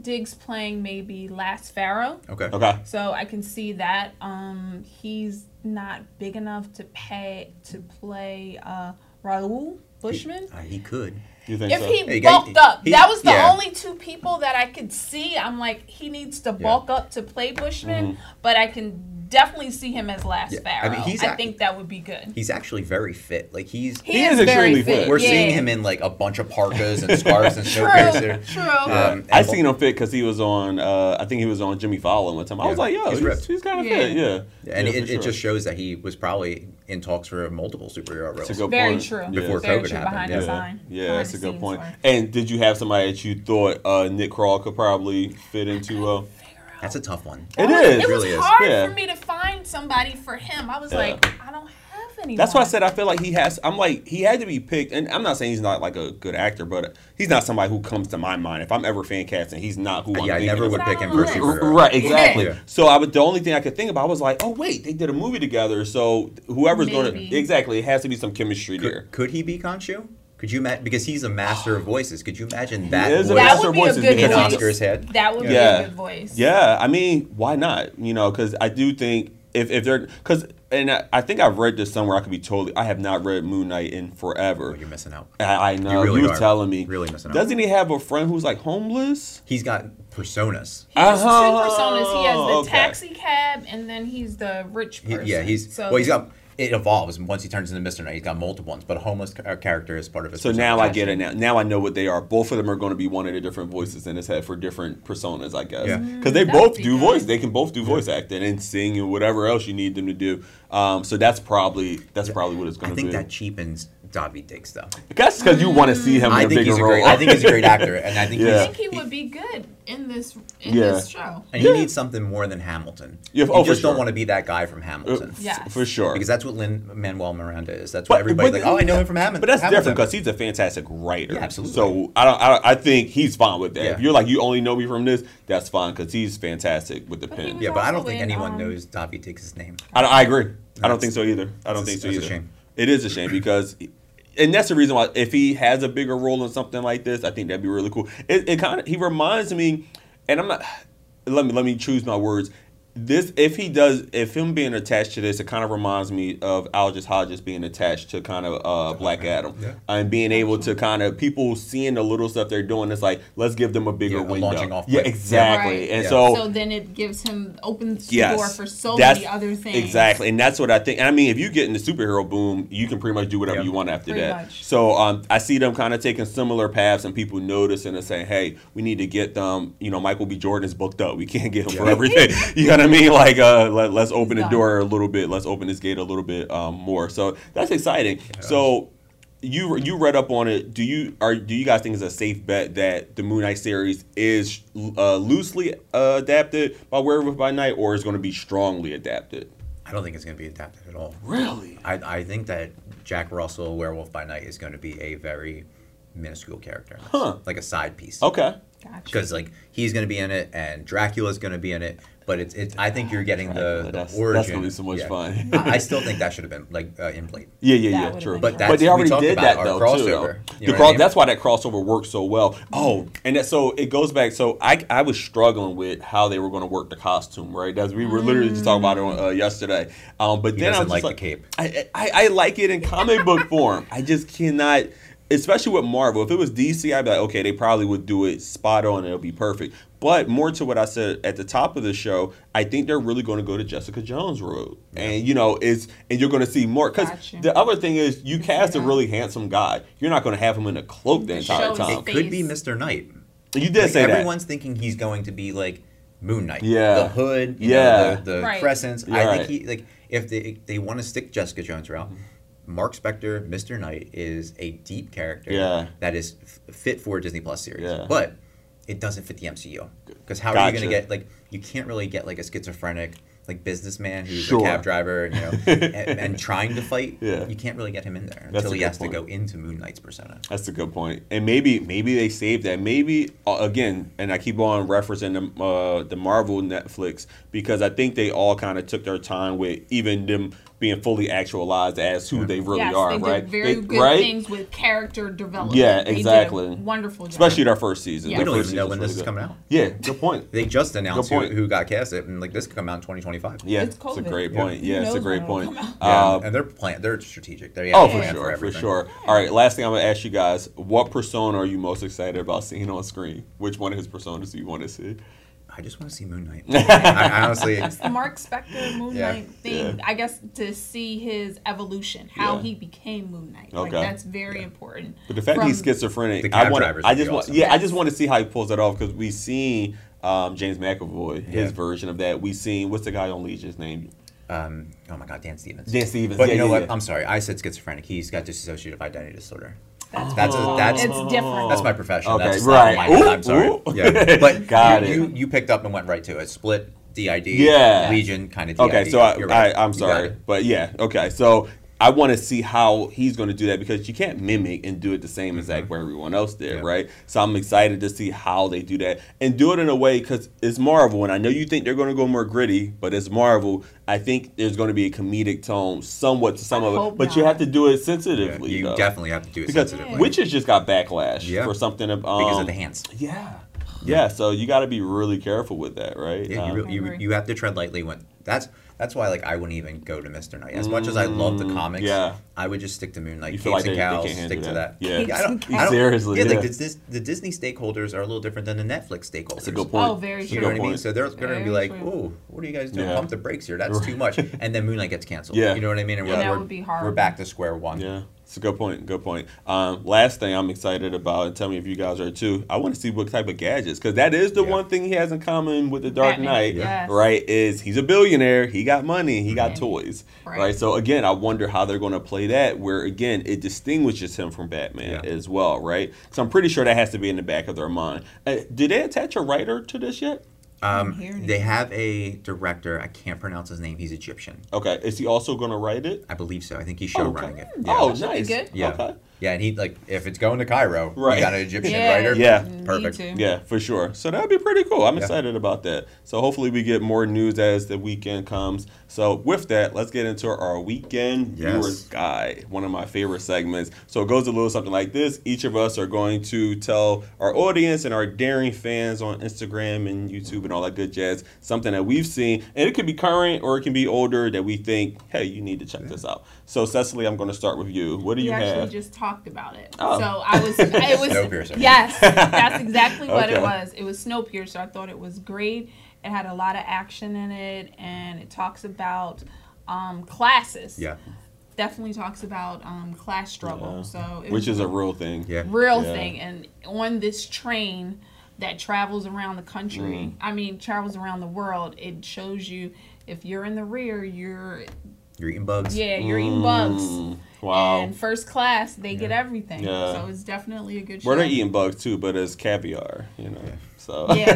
[SPEAKER 4] Diggs playing maybe Last Pharaoh.
[SPEAKER 5] Okay.
[SPEAKER 1] Okay.
[SPEAKER 4] So I can see that. Um, he's not big enough to pay to play uh Raul Bushman.
[SPEAKER 5] Uh, he could.
[SPEAKER 1] You think
[SPEAKER 4] If
[SPEAKER 1] so?
[SPEAKER 4] he
[SPEAKER 5] Hey, guy-
[SPEAKER 4] bulked up,
[SPEAKER 5] he-
[SPEAKER 4] that was the
[SPEAKER 5] yeah.
[SPEAKER 4] only two
[SPEAKER 1] Mm-hmm.
[SPEAKER 4] people that I could see. I'm like, he needs to bulk up to play Bushman, but I can definitely see him as Last
[SPEAKER 5] Yeah, I
[SPEAKER 4] Sparrow.
[SPEAKER 5] mean, he's
[SPEAKER 4] I
[SPEAKER 5] act-
[SPEAKER 4] think that would be good.
[SPEAKER 5] He's actually very fit. Like he's
[SPEAKER 1] He is extremely fit.
[SPEAKER 5] we're
[SPEAKER 1] Yeah.
[SPEAKER 5] seeing him in like a bunch of parkas and scarves and
[SPEAKER 4] True,
[SPEAKER 5] snowpiercer.
[SPEAKER 4] true.
[SPEAKER 5] Um,
[SPEAKER 1] I
[SPEAKER 5] and-
[SPEAKER 1] seen him fit because he was on. Uh, I think he was on Jimmy Fallon one time. I was
[SPEAKER 5] Yeah.
[SPEAKER 1] like, yo,
[SPEAKER 5] He's
[SPEAKER 1] he's,
[SPEAKER 5] ripped.
[SPEAKER 1] he's kind of
[SPEAKER 4] Yeah.
[SPEAKER 1] fit. Yeah,
[SPEAKER 5] And
[SPEAKER 1] Yeah,
[SPEAKER 5] it,
[SPEAKER 1] for
[SPEAKER 5] it
[SPEAKER 1] sure.
[SPEAKER 5] just shows that he was probably in talks for multiple superhero roles.
[SPEAKER 1] That's a good
[SPEAKER 4] Very
[SPEAKER 1] point.
[SPEAKER 4] true.
[SPEAKER 1] Yeah.
[SPEAKER 5] Before
[SPEAKER 4] Very
[SPEAKER 5] COVID
[SPEAKER 4] true.
[SPEAKER 5] happened,
[SPEAKER 4] Behind
[SPEAKER 5] yeah.
[SPEAKER 4] the sign.
[SPEAKER 1] Yeah,
[SPEAKER 4] Behind
[SPEAKER 1] that's a
[SPEAKER 4] the
[SPEAKER 1] good
[SPEAKER 4] scenes,
[SPEAKER 1] point.
[SPEAKER 4] sorry.
[SPEAKER 1] And did you have somebody that you thought uh, Nick Crawl could probably fit into? Uh,
[SPEAKER 5] That's a tough one.
[SPEAKER 1] it
[SPEAKER 4] It was
[SPEAKER 1] is.
[SPEAKER 5] really is.
[SPEAKER 4] hard
[SPEAKER 1] Yeah.
[SPEAKER 4] for me to find somebody for him. I was
[SPEAKER 1] Yeah.
[SPEAKER 4] like, I don't have anyone.
[SPEAKER 1] That's why I said I feel like he has. I'm like he had to be picked, and I'm not saying he's not like a good actor, but he's not somebody who comes to my mind. If I'm ever fan casting, he's not who I'm
[SPEAKER 5] Uh, Yeah, I
[SPEAKER 1] thinking
[SPEAKER 5] never
[SPEAKER 1] of.
[SPEAKER 5] would
[SPEAKER 4] not
[SPEAKER 5] pick him
[SPEAKER 4] on
[SPEAKER 5] for a
[SPEAKER 4] the
[SPEAKER 1] R-
[SPEAKER 4] list.
[SPEAKER 5] superhero.
[SPEAKER 1] Right, exactly.
[SPEAKER 5] Yeah.
[SPEAKER 1] So I would the only thing I could think about was like, oh wait, they did a movie together. So whoever's going
[SPEAKER 4] Maybe.
[SPEAKER 1] to exactly, it has to be some chemistry there.
[SPEAKER 5] Could, could he be Khonshu? Could you imagine? Because he's a master of voices. Could you imagine
[SPEAKER 1] He
[SPEAKER 5] that
[SPEAKER 1] is a
[SPEAKER 5] voice
[SPEAKER 1] master
[SPEAKER 4] would
[SPEAKER 1] of
[SPEAKER 4] be a
[SPEAKER 1] voices
[SPEAKER 4] good
[SPEAKER 5] in
[SPEAKER 1] because
[SPEAKER 4] voice.
[SPEAKER 5] Oscar's head?
[SPEAKER 4] that would
[SPEAKER 1] Yeah.
[SPEAKER 4] be a good voice.
[SPEAKER 1] Yeah, I mean, why not? You know, because I do think if if they're because and I, I think I've read this somewhere. I could be totally. I have not read Moon Knight in forever.
[SPEAKER 5] Oh, you're missing out.
[SPEAKER 1] I, I know you,
[SPEAKER 5] really
[SPEAKER 1] were
[SPEAKER 5] are.
[SPEAKER 1] telling me.
[SPEAKER 5] Really missing out.
[SPEAKER 1] Doesn't he have a friend who's like homeless?
[SPEAKER 5] He's got personas.
[SPEAKER 4] He has
[SPEAKER 1] Uh-huh.
[SPEAKER 4] two personas. He has the
[SPEAKER 1] Okay.
[SPEAKER 4] taxi cab, and then he's the rich
[SPEAKER 5] He-
[SPEAKER 4] person.
[SPEAKER 5] yeah, he's
[SPEAKER 4] so
[SPEAKER 5] well. He's got it evolves once he turns into Mister Knight. He's got multiple ones, but a homeless ca- character is part of his.
[SPEAKER 1] So now I get it. Now now I know what they are. Both of them are going to be one of the different voices in his head for different personas, I guess.
[SPEAKER 5] Yeah.
[SPEAKER 1] Because they
[SPEAKER 4] that
[SPEAKER 1] both
[SPEAKER 4] would be
[SPEAKER 1] do
[SPEAKER 4] good.
[SPEAKER 1] voice. They can both do voice acting and sing and whatever else you need them to do. Um, so that's probably that's probably what it's going
[SPEAKER 5] I
[SPEAKER 1] to
[SPEAKER 5] think
[SPEAKER 1] be.
[SPEAKER 5] that cheapens Davi Diggs though.
[SPEAKER 1] That's because you want to see him in
[SPEAKER 5] I
[SPEAKER 1] a
[SPEAKER 5] think
[SPEAKER 1] bigger
[SPEAKER 5] he's a
[SPEAKER 1] role.
[SPEAKER 5] great. I think he's a great actor, and I think
[SPEAKER 1] Yeah.
[SPEAKER 4] I
[SPEAKER 5] he's,
[SPEAKER 4] think he would be good in this in
[SPEAKER 1] Yeah.
[SPEAKER 4] this show.
[SPEAKER 5] and he needs something more than Hamilton.
[SPEAKER 1] Yeah,
[SPEAKER 5] you
[SPEAKER 1] oh, for
[SPEAKER 5] just
[SPEAKER 1] sure.
[SPEAKER 5] don't want to be that guy from Hamilton.
[SPEAKER 4] Yeah.
[SPEAKER 1] F- for sure.
[SPEAKER 5] because that's what Lin Manuel Miranda is. That's
[SPEAKER 1] But-
[SPEAKER 5] what everybody's
[SPEAKER 1] but-
[SPEAKER 5] like. Oh, I know him from Hamilton.
[SPEAKER 1] But that's
[SPEAKER 5] Hamilton.
[SPEAKER 1] different because he's a fantastic writer.
[SPEAKER 5] Yeah, absolutely.
[SPEAKER 1] So I don't. I, don't- I think he's fine with that. If
[SPEAKER 5] Yeah.
[SPEAKER 1] you're like you only know me from this, that's fine because he's fantastic with the
[SPEAKER 4] he
[SPEAKER 1] pen.
[SPEAKER 4] was-
[SPEAKER 5] Yeah, but I don't
[SPEAKER 4] also
[SPEAKER 5] think
[SPEAKER 4] in,
[SPEAKER 5] anyone
[SPEAKER 4] um,
[SPEAKER 5] knows Davi Diggs' name.
[SPEAKER 1] I, don't- I agree. I don't
[SPEAKER 5] That's-
[SPEAKER 1] think so either. I don't
[SPEAKER 5] that's
[SPEAKER 1] think
[SPEAKER 5] a-
[SPEAKER 1] so
[SPEAKER 5] that's a
[SPEAKER 1] either.
[SPEAKER 5] shame.
[SPEAKER 1] It is a shame because, and that's the reason why if he has a bigger role in something like this, I think that'd be really cool. It, it kind of he reminds me, and I'm not. Let me let me choose my words. This if he does if him being attached to this, it kind of reminds me of Algis Hodges being attached to kind of uh, Black Adam
[SPEAKER 5] Yeah.
[SPEAKER 1] and being able to kind of people seeing the little stuff they're doing. It's like let's give them a bigger
[SPEAKER 5] Yeah, a
[SPEAKER 1] window.
[SPEAKER 5] launching off
[SPEAKER 1] yeah,
[SPEAKER 5] point.
[SPEAKER 1] exactly.
[SPEAKER 4] Right.
[SPEAKER 1] And
[SPEAKER 5] Yeah.
[SPEAKER 1] so
[SPEAKER 4] So then it gives him opens
[SPEAKER 1] yes.
[SPEAKER 4] the door for so
[SPEAKER 1] That's-
[SPEAKER 4] many other things.
[SPEAKER 1] Exactly, and that's what I think. I mean, if you get in the superhero boom, you can pretty much do whatever
[SPEAKER 5] Yep.
[SPEAKER 1] you want after
[SPEAKER 4] Pretty
[SPEAKER 1] that.
[SPEAKER 4] much.
[SPEAKER 1] So um, I see them kind of taking similar paths, and people noticing and saying, "Hey, we need to get them." You know, Michael B. Jordan is booked up. We can't get him for everything. you know what I mean? Like, uh, let, us open the
[SPEAKER 4] Yeah.
[SPEAKER 1] door a little bit. Let's open this gate a little bit um, more. So that's exciting. So. You, you read up on it. Do you are do you guys think it's a safe bet that the Moon Knight series is uh, loosely uh, adapted by Werewolf by Night, or is going to be strongly adapted?
[SPEAKER 5] I don't think it's going to be adapted at all.
[SPEAKER 1] Really?
[SPEAKER 5] I, I think that Jack Russell, Werewolf by Night, is going to be a very minuscule character, in this.
[SPEAKER 1] Huh.
[SPEAKER 5] like a side piece.
[SPEAKER 1] Okay.
[SPEAKER 4] Gotcha.
[SPEAKER 5] Because like he's going to be in it, and Dracula's going to be in it, but it's it, I think you're getting the,
[SPEAKER 1] Dracula,
[SPEAKER 5] the
[SPEAKER 1] that's- that's
[SPEAKER 5] origin.
[SPEAKER 1] gonna be so much fun.
[SPEAKER 5] I I still think that should have been like uh, in Blade.
[SPEAKER 1] Yeah, yeah,
[SPEAKER 4] That
[SPEAKER 1] yeah.
[SPEAKER 4] would've
[SPEAKER 1] True.
[SPEAKER 4] been
[SPEAKER 1] But,
[SPEAKER 4] But
[SPEAKER 5] that's-
[SPEAKER 1] they
[SPEAKER 5] we
[SPEAKER 1] already
[SPEAKER 5] talked
[SPEAKER 1] did
[SPEAKER 5] about
[SPEAKER 1] that
[SPEAKER 5] our
[SPEAKER 1] though
[SPEAKER 5] crossover.
[SPEAKER 1] too.
[SPEAKER 5] You know
[SPEAKER 1] though.
[SPEAKER 5] what
[SPEAKER 1] The
[SPEAKER 5] I
[SPEAKER 1] cross,
[SPEAKER 5] mean?
[SPEAKER 1] That's why that crossover worked so well. Oh, and that, so it goes back. So I I was struggling with how they were going to work the costume. Right. That's we were literally just talking about it on, uh, yesterday. Um, but
[SPEAKER 5] He
[SPEAKER 1] then I was
[SPEAKER 5] doesn't
[SPEAKER 1] just
[SPEAKER 5] like the cape.
[SPEAKER 1] I, I I like it in comic book form. I just cannot. Especially with Marvel, if it was DC, I'd be like, okay, they probably would do it spot on and it'll be perfect. But more to what I said at the top of the show, I think they're really going to go to Jessica Jones road, and you know, it's and you're going to see more because
[SPEAKER 4] Gotcha.
[SPEAKER 1] the other thing is you cast a really handsome guy. You're not going to have him in a cloak the entire
[SPEAKER 4] shows
[SPEAKER 1] time.
[SPEAKER 5] It could be
[SPEAKER 4] Face.
[SPEAKER 5] Mr. Knight.
[SPEAKER 1] You did
[SPEAKER 5] Like,
[SPEAKER 1] say
[SPEAKER 5] everyone's thinking he's going to be like Moon Knight.
[SPEAKER 1] Yeah.
[SPEAKER 5] The hood. You
[SPEAKER 1] Yeah.
[SPEAKER 5] Know, the the
[SPEAKER 4] Right.
[SPEAKER 5] crescents.
[SPEAKER 1] You're
[SPEAKER 5] I
[SPEAKER 1] right.
[SPEAKER 5] think he like if they they want to stick Jessica Jones route.
[SPEAKER 1] Mm-hmm.
[SPEAKER 5] Mark Spector, Mr. Knight is a deep character
[SPEAKER 1] Yeah.
[SPEAKER 5] that is f- fit for a Disney Plus series,
[SPEAKER 1] Yeah.
[SPEAKER 5] but it doesn't fit the MCU. Because how are you
[SPEAKER 1] Gotcha.
[SPEAKER 5] going to get like you can't really get like a schizophrenic like businessman who's
[SPEAKER 1] Sure.
[SPEAKER 5] a cab driver, you know, and, and trying to fight.
[SPEAKER 1] Yeah.
[SPEAKER 5] You can't really get him in there
[SPEAKER 1] That's
[SPEAKER 5] until
[SPEAKER 1] a
[SPEAKER 5] he
[SPEAKER 1] good
[SPEAKER 5] has
[SPEAKER 1] point.
[SPEAKER 5] to go into Moon Knight's persona.
[SPEAKER 1] That's a good point, and maybe maybe they saved that. Maybe uh, again, and I keep on referencing the uh, the Marvel Netflix because I think they all kind of took their time with even them being fully actualized as who they really
[SPEAKER 4] yes,
[SPEAKER 1] are,
[SPEAKER 4] they did
[SPEAKER 1] right?
[SPEAKER 4] very
[SPEAKER 1] They-
[SPEAKER 4] good
[SPEAKER 1] right?
[SPEAKER 4] things with character development.
[SPEAKER 1] Yeah,
[SPEAKER 4] They did a
[SPEAKER 1] exactly.
[SPEAKER 4] wonderful job.
[SPEAKER 1] Especially their first season.
[SPEAKER 4] Yeah.
[SPEAKER 1] Their
[SPEAKER 5] We don't
[SPEAKER 1] first
[SPEAKER 5] even know
[SPEAKER 1] season's
[SPEAKER 5] when
[SPEAKER 1] really
[SPEAKER 5] this is
[SPEAKER 1] good.
[SPEAKER 5] coming out.
[SPEAKER 1] Yeah, good point.
[SPEAKER 5] They just announced who,
[SPEAKER 1] point.
[SPEAKER 5] who got casted, and like this could come out in 2025.
[SPEAKER 1] Yeah,
[SPEAKER 4] It's
[SPEAKER 1] it's, a
[SPEAKER 4] COVID.
[SPEAKER 1] great
[SPEAKER 5] Yeah.
[SPEAKER 1] point.
[SPEAKER 4] Who
[SPEAKER 1] Yeah, it's a
[SPEAKER 4] knows
[SPEAKER 1] great
[SPEAKER 4] when it'll
[SPEAKER 1] point.
[SPEAKER 4] come
[SPEAKER 5] Yeah,
[SPEAKER 1] Uh,
[SPEAKER 5] and they're plan. They're strategic. They
[SPEAKER 1] Oh,
[SPEAKER 5] have a
[SPEAKER 1] for
[SPEAKER 5] plan
[SPEAKER 1] sure, for,
[SPEAKER 5] everything.
[SPEAKER 1] sure. All right, last thing I'm gonna ask you guys: What persona are you most excited about seeing on screen? Which one of his personas do you want to see?
[SPEAKER 5] I just want to see Moon Knight. I, I honestly,
[SPEAKER 4] It's the Mark Spector Moon
[SPEAKER 5] Yeah.
[SPEAKER 4] Knight thing. I guess to see his evolution, how
[SPEAKER 1] Yeah.
[SPEAKER 4] he became Moon Knight. Like
[SPEAKER 1] Okay.
[SPEAKER 4] that's very important.
[SPEAKER 1] But the fact that
[SPEAKER 4] From-
[SPEAKER 1] he's schizophrenic,
[SPEAKER 5] The
[SPEAKER 1] I
[SPEAKER 5] cab
[SPEAKER 1] want.
[SPEAKER 5] drivers
[SPEAKER 1] I
[SPEAKER 5] would
[SPEAKER 1] just
[SPEAKER 5] be
[SPEAKER 1] want.
[SPEAKER 5] awesome.
[SPEAKER 1] Yeah, I
[SPEAKER 4] Yes.
[SPEAKER 1] just want to see how he pulls that off because we seen um, James McAvoy, his
[SPEAKER 5] Yeah.
[SPEAKER 1] version of that. We seen what's the guy on Legion's name?
[SPEAKER 5] um, oh my God, Dan Stevens.
[SPEAKER 1] Dan Stevens.
[SPEAKER 5] But
[SPEAKER 1] Yeah,
[SPEAKER 5] you know
[SPEAKER 1] yeah,
[SPEAKER 5] what?
[SPEAKER 1] yeah.
[SPEAKER 5] I'm sorry. I said schizophrenic. He's got dissociative identity disorder. That's that's a, that's,
[SPEAKER 4] It's
[SPEAKER 1] Oh.
[SPEAKER 4] different.
[SPEAKER 5] that's my profession.
[SPEAKER 1] Okay,
[SPEAKER 5] that's not
[SPEAKER 1] right.
[SPEAKER 5] my-
[SPEAKER 1] Ooh,
[SPEAKER 5] I'm sorry.
[SPEAKER 1] ooh.
[SPEAKER 5] Yeah, but
[SPEAKER 1] Got
[SPEAKER 5] you,
[SPEAKER 1] it.
[SPEAKER 5] You, you picked up and went right to it. Split DID.
[SPEAKER 1] Yeah.
[SPEAKER 5] Legion kind of. DID.
[SPEAKER 1] Okay, so I,
[SPEAKER 5] You're right.
[SPEAKER 1] I I'm
[SPEAKER 5] You got
[SPEAKER 1] sorry,
[SPEAKER 5] it.
[SPEAKER 1] but yeah, okay. So I want to see how he's going to do that because you can't mimic and do it the same exact way everyone else did,
[SPEAKER 5] Mm-hmm. Yeah.
[SPEAKER 1] right? So I'm excited to see how they do that and do it in a way because it's Marvel, and I know you think they're going to go more gritty, but it's Marvel. I think there's going to be a comedic tone, somewhat to some
[SPEAKER 4] I
[SPEAKER 1] of it,
[SPEAKER 4] hope
[SPEAKER 1] but you
[SPEAKER 4] not.
[SPEAKER 1] have to do it
[SPEAKER 5] Yeah,
[SPEAKER 1] sensitively.
[SPEAKER 5] you
[SPEAKER 1] though.
[SPEAKER 5] definitely have to do it
[SPEAKER 1] because
[SPEAKER 5] sensitively
[SPEAKER 1] Witches just got backlash
[SPEAKER 5] Yeah.
[SPEAKER 1] for something um,
[SPEAKER 5] because of the hands.
[SPEAKER 1] Yeah, yeah. So you got to be really careful with that, right?
[SPEAKER 5] Yeah, you,
[SPEAKER 1] Um,
[SPEAKER 5] really, you,
[SPEAKER 4] agree.
[SPEAKER 5] you have to tread lightly when that's that's why like I wouldn't even go to Mr. Knight as much as I love the comics.
[SPEAKER 1] Mm, yeah.
[SPEAKER 5] I would just stick to Moon Knight.
[SPEAKER 1] You
[SPEAKER 5] Capes
[SPEAKER 1] feel like
[SPEAKER 5] and
[SPEAKER 1] they- they
[SPEAKER 5] cows.
[SPEAKER 1] can't handle
[SPEAKER 5] stick to
[SPEAKER 1] that.
[SPEAKER 5] that.
[SPEAKER 1] Yeah.
[SPEAKER 5] I don't, I don't,
[SPEAKER 1] Seriously,
[SPEAKER 5] Yeah, like
[SPEAKER 1] yeah.
[SPEAKER 5] the, Dis- the Disney stakeholders are a little different than the Netflix stakeholders. That's
[SPEAKER 1] a good point.
[SPEAKER 4] Oh, very
[SPEAKER 1] That's a
[SPEAKER 5] You
[SPEAKER 4] true.
[SPEAKER 1] good
[SPEAKER 5] know what I mean?
[SPEAKER 1] point.
[SPEAKER 5] So they're going to
[SPEAKER 4] Very
[SPEAKER 5] be like,
[SPEAKER 4] true.
[SPEAKER 5] "Oh, what are you guys doing?
[SPEAKER 1] Yeah.
[SPEAKER 5] Pump the brakes here. That's too much." And then Moon Knight gets canceled.
[SPEAKER 1] Yeah.
[SPEAKER 5] You know what I mean? And
[SPEAKER 1] Yeah.
[SPEAKER 5] we're,
[SPEAKER 1] That
[SPEAKER 5] we're-
[SPEAKER 4] would be
[SPEAKER 5] We're
[SPEAKER 4] horrible.
[SPEAKER 5] back to square one.
[SPEAKER 1] Yeah, it's a good point. Good point. Um, last thing I'm excited about, and tell me if you guys are too. I want to see what type of gadgets, because that is the
[SPEAKER 5] Yeah.
[SPEAKER 1] one thing he has in common with the Dark
[SPEAKER 4] Batman,
[SPEAKER 1] Knight,
[SPEAKER 4] yes.
[SPEAKER 1] right? Is he's a billionaire, he got money, he
[SPEAKER 5] Mm-hmm.
[SPEAKER 1] got toys, right.
[SPEAKER 4] Right.
[SPEAKER 1] So again, I wonder how they're going to play that, where again it distinguishes him from Batman
[SPEAKER 5] Yeah.
[SPEAKER 1] as well, right? So I'm pretty sure that has to be in the back of their mind. Uh, did they attach a writer to this yet?
[SPEAKER 5] Um,
[SPEAKER 4] hear
[SPEAKER 5] they have a director. I can't pronounce his name. He's Egyptian.
[SPEAKER 1] Okay, is he also going to write it?
[SPEAKER 5] I believe so. I think he's
[SPEAKER 1] Oh,
[SPEAKER 5] show
[SPEAKER 1] okay.
[SPEAKER 5] running it.
[SPEAKER 1] Oh,
[SPEAKER 4] That should be
[SPEAKER 1] nice.
[SPEAKER 4] good.
[SPEAKER 5] Yeah.
[SPEAKER 1] Okay.
[SPEAKER 5] Yeah, and he like if it's going to Cairo,
[SPEAKER 1] Right.
[SPEAKER 5] you got an Egyptian
[SPEAKER 4] Yeah,
[SPEAKER 5] writer.
[SPEAKER 1] Yeah.
[SPEAKER 4] need
[SPEAKER 5] Perfect.
[SPEAKER 4] to.
[SPEAKER 1] Yeah, for sure. So that'd be pretty cool. I'm
[SPEAKER 5] Yeah.
[SPEAKER 1] excited about that. So hopefully we get more news as the weekend comes. So with that, let's get into our weekend
[SPEAKER 5] Yes.
[SPEAKER 1] viewers guide, one of my favorite segments. So it goes a little something like this. Each of us are going to tell our audience and our daring fans on Instagram and YouTube and all that good jazz something that we've seen. And it could be current or it can be older that we think, hey, you need to check this out. So Cecily, I'm gonna start with you. What do
[SPEAKER 4] We
[SPEAKER 1] you
[SPEAKER 4] actually
[SPEAKER 1] have?
[SPEAKER 4] just talked about it.
[SPEAKER 1] Oh.
[SPEAKER 4] So I was, it was,
[SPEAKER 5] Snowpiercer.
[SPEAKER 4] yes, that's exactly what
[SPEAKER 1] Okay.
[SPEAKER 4] it was. It was Snowpiercer. I thought it was great. It had a lot of action in it, and it talks about um, classes.
[SPEAKER 5] Yeah.
[SPEAKER 4] definitely talks about um, class struggle.
[SPEAKER 1] Yeah.
[SPEAKER 4] So it
[SPEAKER 1] Which
[SPEAKER 4] was
[SPEAKER 1] is a real thing.
[SPEAKER 5] Yeah.
[SPEAKER 4] real
[SPEAKER 1] Yeah.
[SPEAKER 4] thing. And on this train that travels around the country,
[SPEAKER 1] Mm.
[SPEAKER 4] I mean, travels around the world, it shows you if you're in the rear, you're
[SPEAKER 5] You're eating bugs.
[SPEAKER 4] yeah, you're eating
[SPEAKER 1] Mm.
[SPEAKER 4] bugs.
[SPEAKER 1] Wow.
[SPEAKER 4] And first class, they get everything.
[SPEAKER 1] Yeah.
[SPEAKER 4] So it's definitely a good show.
[SPEAKER 1] Well, they're eating bugs too, but it's caviar, you know. So,
[SPEAKER 4] Yeah,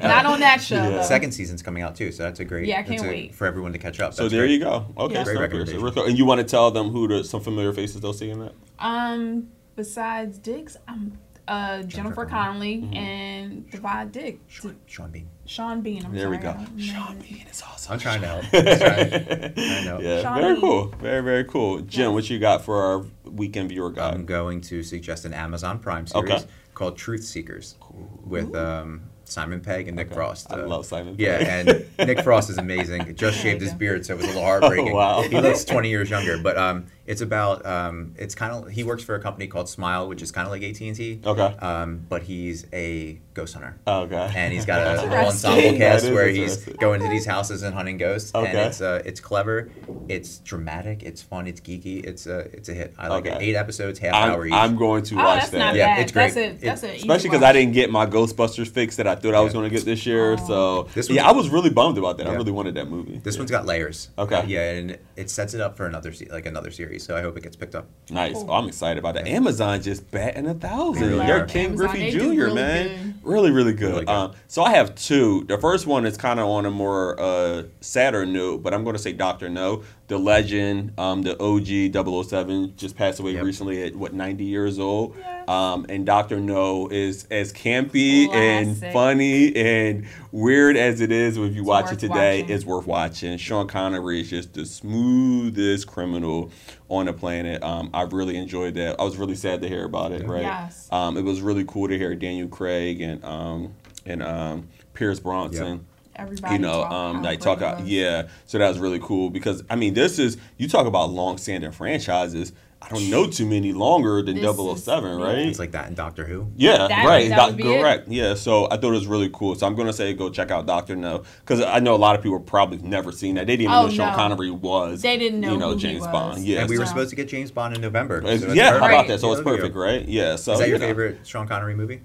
[SPEAKER 4] no, not on that show.
[SPEAKER 1] Yeah.
[SPEAKER 4] though.
[SPEAKER 5] Second season's coming out too, so that's a great.
[SPEAKER 4] Yeah, I
[SPEAKER 5] that's
[SPEAKER 4] can't
[SPEAKER 5] a-
[SPEAKER 4] wait.
[SPEAKER 5] for everyone to catch up.
[SPEAKER 1] so there you go. Okay,
[SPEAKER 4] Yeah.
[SPEAKER 1] so
[SPEAKER 5] Great
[SPEAKER 1] here's-
[SPEAKER 5] recommendation.
[SPEAKER 1] here's- and you want to tell them who the, some familiar faces they'll see in that?
[SPEAKER 4] Um, besides Diggs, I'm uh, Jennifer Connelly
[SPEAKER 1] Mm-hmm.
[SPEAKER 4] and Divide Dick.
[SPEAKER 5] Sean, Sean Bean.
[SPEAKER 4] Sean Bean. I'm
[SPEAKER 1] There we
[SPEAKER 4] sorry, I
[SPEAKER 1] go.
[SPEAKER 4] don't
[SPEAKER 1] Sean
[SPEAKER 4] know.
[SPEAKER 1] Bean is awesome.
[SPEAKER 5] I'm trying to help. I'm trying, trying to help.
[SPEAKER 1] Yeah,
[SPEAKER 4] Sean
[SPEAKER 1] very
[SPEAKER 4] Bean.
[SPEAKER 1] cool. Very very cool. Jim, what you got for our weekend viewer guide?
[SPEAKER 5] I'm going to suggest an Amazon Prime series
[SPEAKER 1] Okay.
[SPEAKER 5] called Truth Seekers with um, Simon Pegg and Nick Frost. uh,
[SPEAKER 1] I love Simon
[SPEAKER 5] Yeah,
[SPEAKER 1] Pegg.
[SPEAKER 5] and Nick Frost is amazing. Just shaved his
[SPEAKER 4] go.
[SPEAKER 5] beard, so it was a little heartbreaking.
[SPEAKER 1] Oh, wow.
[SPEAKER 5] He looks 20 years younger, but um, it's about um, it's kind of he works for a company called Smile, which is kind of like AT and T.
[SPEAKER 1] Okay.
[SPEAKER 5] Um, but he's a ghost hunter.
[SPEAKER 1] oh god.
[SPEAKER 5] and he's got a
[SPEAKER 1] That's
[SPEAKER 5] whole ensemble
[SPEAKER 1] interesting. That
[SPEAKER 5] cast
[SPEAKER 1] is
[SPEAKER 5] where he's
[SPEAKER 1] interesting.
[SPEAKER 5] going to these houses and hunting ghosts. And
[SPEAKER 1] Okay.
[SPEAKER 5] it's uh, it's clever, it's dramatic, it's fun, it's geeky, it's a it's a hit. I like it.
[SPEAKER 1] Okay.
[SPEAKER 5] Eight episodes, half
[SPEAKER 1] I'm,
[SPEAKER 5] hour each.
[SPEAKER 1] I'm going to
[SPEAKER 4] Oh,
[SPEAKER 1] watch
[SPEAKER 4] that's
[SPEAKER 1] that.
[SPEAKER 4] not
[SPEAKER 5] Yeah,
[SPEAKER 4] bad.
[SPEAKER 5] it's great.
[SPEAKER 4] That's a, that's a
[SPEAKER 1] Especially because I didn't get my Ghostbusters fix that I thought I was going to get this year.
[SPEAKER 4] Oh.
[SPEAKER 1] So
[SPEAKER 5] This
[SPEAKER 1] yeah, I
[SPEAKER 5] one's-
[SPEAKER 1] was really bummed about that. I
[SPEAKER 5] Yeah.
[SPEAKER 1] really wanted that movie.
[SPEAKER 5] this
[SPEAKER 1] Yeah.
[SPEAKER 5] one's got layers.
[SPEAKER 1] Okay.
[SPEAKER 5] Yeah, and it sets it up for another se- like another series. So I hope it gets picked up.
[SPEAKER 1] Nice. Oh, I'm excited about that. Amazon just batting a thousand.
[SPEAKER 5] They
[SPEAKER 1] They're
[SPEAKER 5] are.
[SPEAKER 1] King
[SPEAKER 4] Amazon,
[SPEAKER 1] Griffey
[SPEAKER 4] they
[SPEAKER 1] Jr.
[SPEAKER 4] do really
[SPEAKER 1] man, really, really good.
[SPEAKER 5] Really good.
[SPEAKER 1] Um, so I have two. The first one is kind of on a more uh, sadder note, but I'm going to say Doctor No, the legend, um, the OG 007, just passed away
[SPEAKER 5] Yep.
[SPEAKER 1] recently at what 90 years old.
[SPEAKER 4] Yes.
[SPEAKER 1] Um, and Doctor No is as campy and
[SPEAKER 4] Classic.
[SPEAKER 1] funny and weird as it is. If you watch it
[SPEAKER 4] worth
[SPEAKER 1] today,
[SPEAKER 4] watching.
[SPEAKER 1] it's worth watching. Sean Connery is just the smoothest criminal on the planet. Um, I really enjoyed that. I was really sad to hear about it. Right.
[SPEAKER 4] Yes.
[SPEAKER 1] Um, it was really cool to hear Daniel Craig and um, and um, Pierce Bronson.
[SPEAKER 4] everybody.
[SPEAKER 1] you know,
[SPEAKER 4] talk
[SPEAKER 1] um,
[SPEAKER 4] how
[SPEAKER 1] like
[SPEAKER 4] great
[SPEAKER 1] talk
[SPEAKER 4] it
[SPEAKER 1] out,
[SPEAKER 4] was.
[SPEAKER 1] yeah. So that was really cool because I mean, this is you talk about long-standing franchises. I don't know too many longer than
[SPEAKER 4] This
[SPEAKER 1] Double
[SPEAKER 4] is-
[SPEAKER 1] Seven, right?
[SPEAKER 5] It's like that in Doctor Who.
[SPEAKER 1] Yeah,
[SPEAKER 4] That-
[SPEAKER 1] right.
[SPEAKER 4] that
[SPEAKER 1] doc-
[SPEAKER 4] would be it.
[SPEAKER 1] correct. Yeah, so I thought it was really cool. So I'm gonna say go check out Doctor No because I know a lot of people probably never seen that. They didn't even
[SPEAKER 4] Oh,
[SPEAKER 1] know Sean
[SPEAKER 4] no.
[SPEAKER 1] Connery was.
[SPEAKER 4] They didn't know
[SPEAKER 1] you know
[SPEAKER 4] who he
[SPEAKER 1] James
[SPEAKER 4] was.
[SPEAKER 1] Bond. Yeah,
[SPEAKER 5] and we were
[SPEAKER 1] so-
[SPEAKER 5] supposed to get James Bond in November. so
[SPEAKER 1] it's-
[SPEAKER 5] that's
[SPEAKER 1] yeah. How
[SPEAKER 5] perfect.
[SPEAKER 1] about that? So
[SPEAKER 5] Yeah,
[SPEAKER 1] it's
[SPEAKER 5] look at you.
[SPEAKER 1] perfect, right? Yeah. So
[SPEAKER 5] Is that your
[SPEAKER 1] you know.
[SPEAKER 5] favorite Sean Connery movie?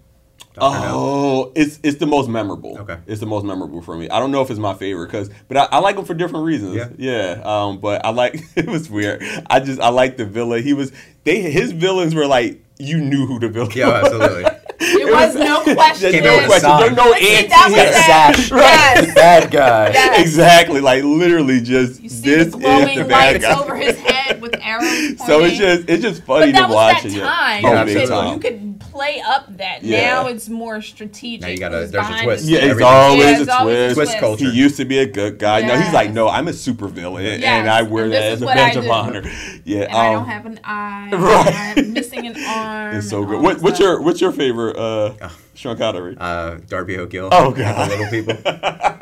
[SPEAKER 5] Doctor No?
[SPEAKER 1] Oh, it's it's the most memorable.
[SPEAKER 5] Okay.
[SPEAKER 1] it's the most memorable for me. I don't know if it's my favorite because, but I, I like him for different reasons.
[SPEAKER 5] Yeah.
[SPEAKER 1] Um, but I like it was weird. I just I like the villain. He was they his villains were like you knew who the villain.
[SPEAKER 5] Yeah, oh,
[SPEAKER 1] was.
[SPEAKER 5] absolutely.
[SPEAKER 4] It was no question.
[SPEAKER 1] There's
[SPEAKER 5] Came
[SPEAKER 1] no
[SPEAKER 5] out with a
[SPEAKER 1] question.
[SPEAKER 5] song.
[SPEAKER 1] There's no
[SPEAKER 4] Like, see, that was
[SPEAKER 1] anti-
[SPEAKER 4] that.
[SPEAKER 5] Sash,
[SPEAKER 4] Yes.
[SPEAKER 5] bad guy.
[SPEAKER 1] Exactly, like literally, just
[SPEAKER 4] You see
[SPEAKER 1] this
[SPEAKER 4] the
[SPEAKER 1] is
[SPEAKER 4] glowing
[SPEAKER 1] the bad
[SPEAKER 4] lights
[SPEAKER 1] guy.
[SPEAKER 4] over his head with arrows pointing.
[SPEAKER 1] so it's just it's just funny
[SPEAKER 4] But that
[SPEAKER 1] to
[SPEAKER 4] was
[SPEAKER 1] watch
[SPEAKER 4] that
[SPEAKER 1] it.
[SPEAKER 4] time.
[SPEAKER 1] Yeah.
[SPEAKER 5] Yeah,
[SPEAKER 1] Oh, big
[SPEAKER 4] you, could,
[SPEAKER 1] time.
[SPEAKER 4] you could play up that.
[SPEAKER 1] Yeah.
[SPEAKER 4] Now it's more strategic.
[SPEAKER 5] Now you gotta-
[SPEAKER 4] It's
[SPEAKER 5] there's a
[SPEAKER 4] behind
[SPEAKER 5] twist.
[SPEAKER 4] the
[SPEAKER 1] Yeah, it's
[SPEAKER 5] Everything.
[SPEAKER 1] always
[SPEAKER 4] Yeah,
[SPEAKER 1] a
[SPEAKER 4] it's always a
[SPEAKER 1] twist.
[SPEAKER 5] Twist
[SPEAKER 4] twist.
[SPEAKER 5] culture.
[SPEAKER 1] He used to be a good guy. No, he's like, no, I'm a super villain, and I wear
[SPEAKER 4] and this
[SPEAKER 1] that
[SPEAKER 4] is
[SPEAKER 1] as a
[SPEAKER 4] what I
[SPEAKER 1] badge of
[SPEAKER 4] do.
[SPEAKER 1] honor. Yeah,
[SPEAKER 4] And I
[SPEAKER 1] um,
[SPEAKER 4] don't have an eye.
[SPEAKER 1] Right.
[SPEAKER 4] and I'm missing an arm.
[SPEAKER 1] It's so
[SPEAKER 4] and
[SPEAKER 1] good.
[SPEAKER 4] all
[SPEAKER 1] What,
[SPEAKER 4] that
[SPEAKER 1] what's
[SPEAKER 4] stuff. Oh,
[SPEAKER 1] your what's your favorite uh, Sean Connery?
[SPEAKER 5] Uh, Darby O'Gill.
[SPEAKER 1] Oh, God.
[SPEAKER 5] The little people.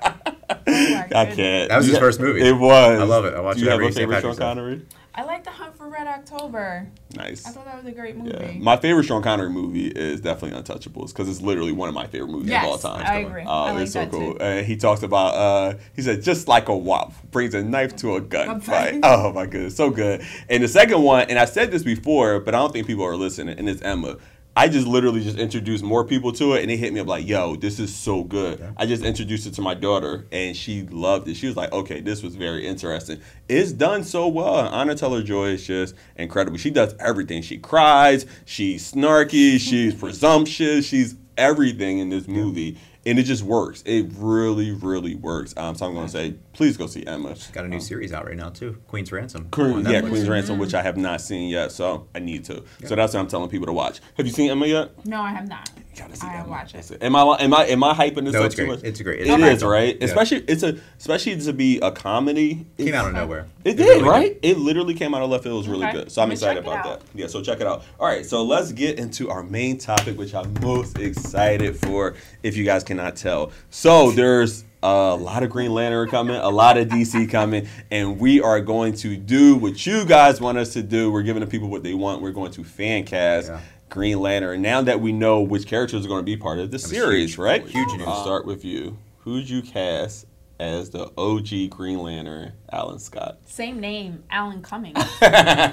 [SPEAKER 4] Oh my
[SPEAKER 1] I
[SPEAKER 4] goodness.
[SPEAKER 1] can't.
[SPEAKER 5] That was
[SPEAKER 1] You
[SPEAKER 5] his
[SPEAKER 1] ha-
[SPEAKER 5] first movie.
[SPEAKER 1] It was.
[SPEAKER 5] I love it. I watch
[SPEAKER 1] Do
[SPEAKER 5] it
[SPEAKER 1] you have
[SPEAKER 5] every
[SPEAKER 1] a
[SPEAKER 5] St.
[SPEAKER 1] favorite Sean
[SPEAKER 5] Patrick's Day.
[SPEAKER 1] Connery?
[SPEAKER 4] I like the Hunt for Red October. I
[SPEAKER 1] Nice.
[SPEAKER 4] thought that was a great movie.
[SPEAKER 1] Yeah. My favorite Sean Connery movie is definitely Untouchables because it's literally one of my favorite movies
[SPEAKER 4] yes,
[SPEAKER 1] of all time.
[SPEAKER 4] I agree.
[SPEAKER 1] Oh,
[SPEAKER 4] I like
[SPEAKER 1] it's so
[SPEAKER 4] that
[SPEAKER 1] cool.
[SPEAKER 4] too.
[SPEAKER 1] And he talks about, uh, he said, just like a wop, brings a knife to a gunfight.
[SPEAKER 4] Gunfight.
[SPEAKER 1] Oh my goodness, so good. And the second one, and I said this before, but I don't think people are listening, and it's Emma. I just literally just introduced more people to it, and they hit me up like, "Yo, this is so good." I just introduced it to my daughter, and she loved it. She was like, "Okay, this was very interesting. It's done so well." Anna Taylor Joy is just incredible. She does everything. She cries. She's snarky. She's presumptuous. She's everything in this movie, and it just works. It really, really works. Um, so I'm gonna say, please go see Emma.
[SPEAKER 5] Got a new series out right now too, Queen's Ransom.
[SPEAKER 1] Oh. Queen,
[SPEAKER 5] on
[SPEAKER 1] yeah,
[SPEAKER 5] Netflix.
[SPEAKER 1] Queen's Ransom, which
[SPEAKER 5] "Mm."
[SPEAKER 1] I have not seen yet, so I need to. So that's what I'm telling people to watch. Have you seen Emma yet?
[SPEAKER 4] No, I have not.
[SPEAKER 1] You gotta
[SPEAKER 4] I
[SPEAKER 1] Emma.
[SPEAKER 4] watch it.
[SPEAKER 1] That's Am I am I am I hyping this
[SPEAKER 5] No,
[SPEAKER 1] up
[SPEAKER 5] it's
[SPEAKER 1] too
[SPEAKER 5] great.
[SPEAKER 1] much?
[SPEAKER 5] It's great.
[SPEAKER 1] It
[SPEAKER 5] It's
[SPEAKER 1] is,
[SPEAKER 5] awesome.
[SPEAKER 1] right?
[SPEAKER 5] Yeah.
[SPEAKER 1] Especially it's a especially to be a comedy.
[SPEAKER 5] Came
[SPEAKER 1] It's-
[SPEAKER 5] out of nowhere.
[SPEAKER 1] It did,
[SPEAKER 5] really
[SPEAKER 1] right? It literally came out of left field. It was really
[SPEAKER 4] Okay.
[SPEAKER 1] good. So I'm
[SPEAKER 4] Let me
[SPEAKER 1] excited
[SPEAKER 4] check it
[SPEAKER 1] about that.
[SPEAKER 4] out.
[SPEAKER 1] Yeah, so check it out. All right, so let's get into our main topic, which I'm most excited for, if you guys cannot tell. So there's a lot of Green Lantern coming, a lot of DC coming, and we are going to do what you guys want us to do. We're giving the people what they want. We're going to fan cast
[SPEAKER 5] Yeah.
[SPEAKER 1] Green Lantern. Now that we know which characters are going to be part of the
[SPEAKER 5] was
[SPEAKER 1] series,
[SPEAKER 5] huge.
[SPEAKER 1] right?
[SPEAKER 5] Huge news.
[SPEAKER 1] I'll start with you. Who'd you cast as the OG Green Lantern, Alan Scott?
[SPEAKER 4] Same name, Alan Cumming.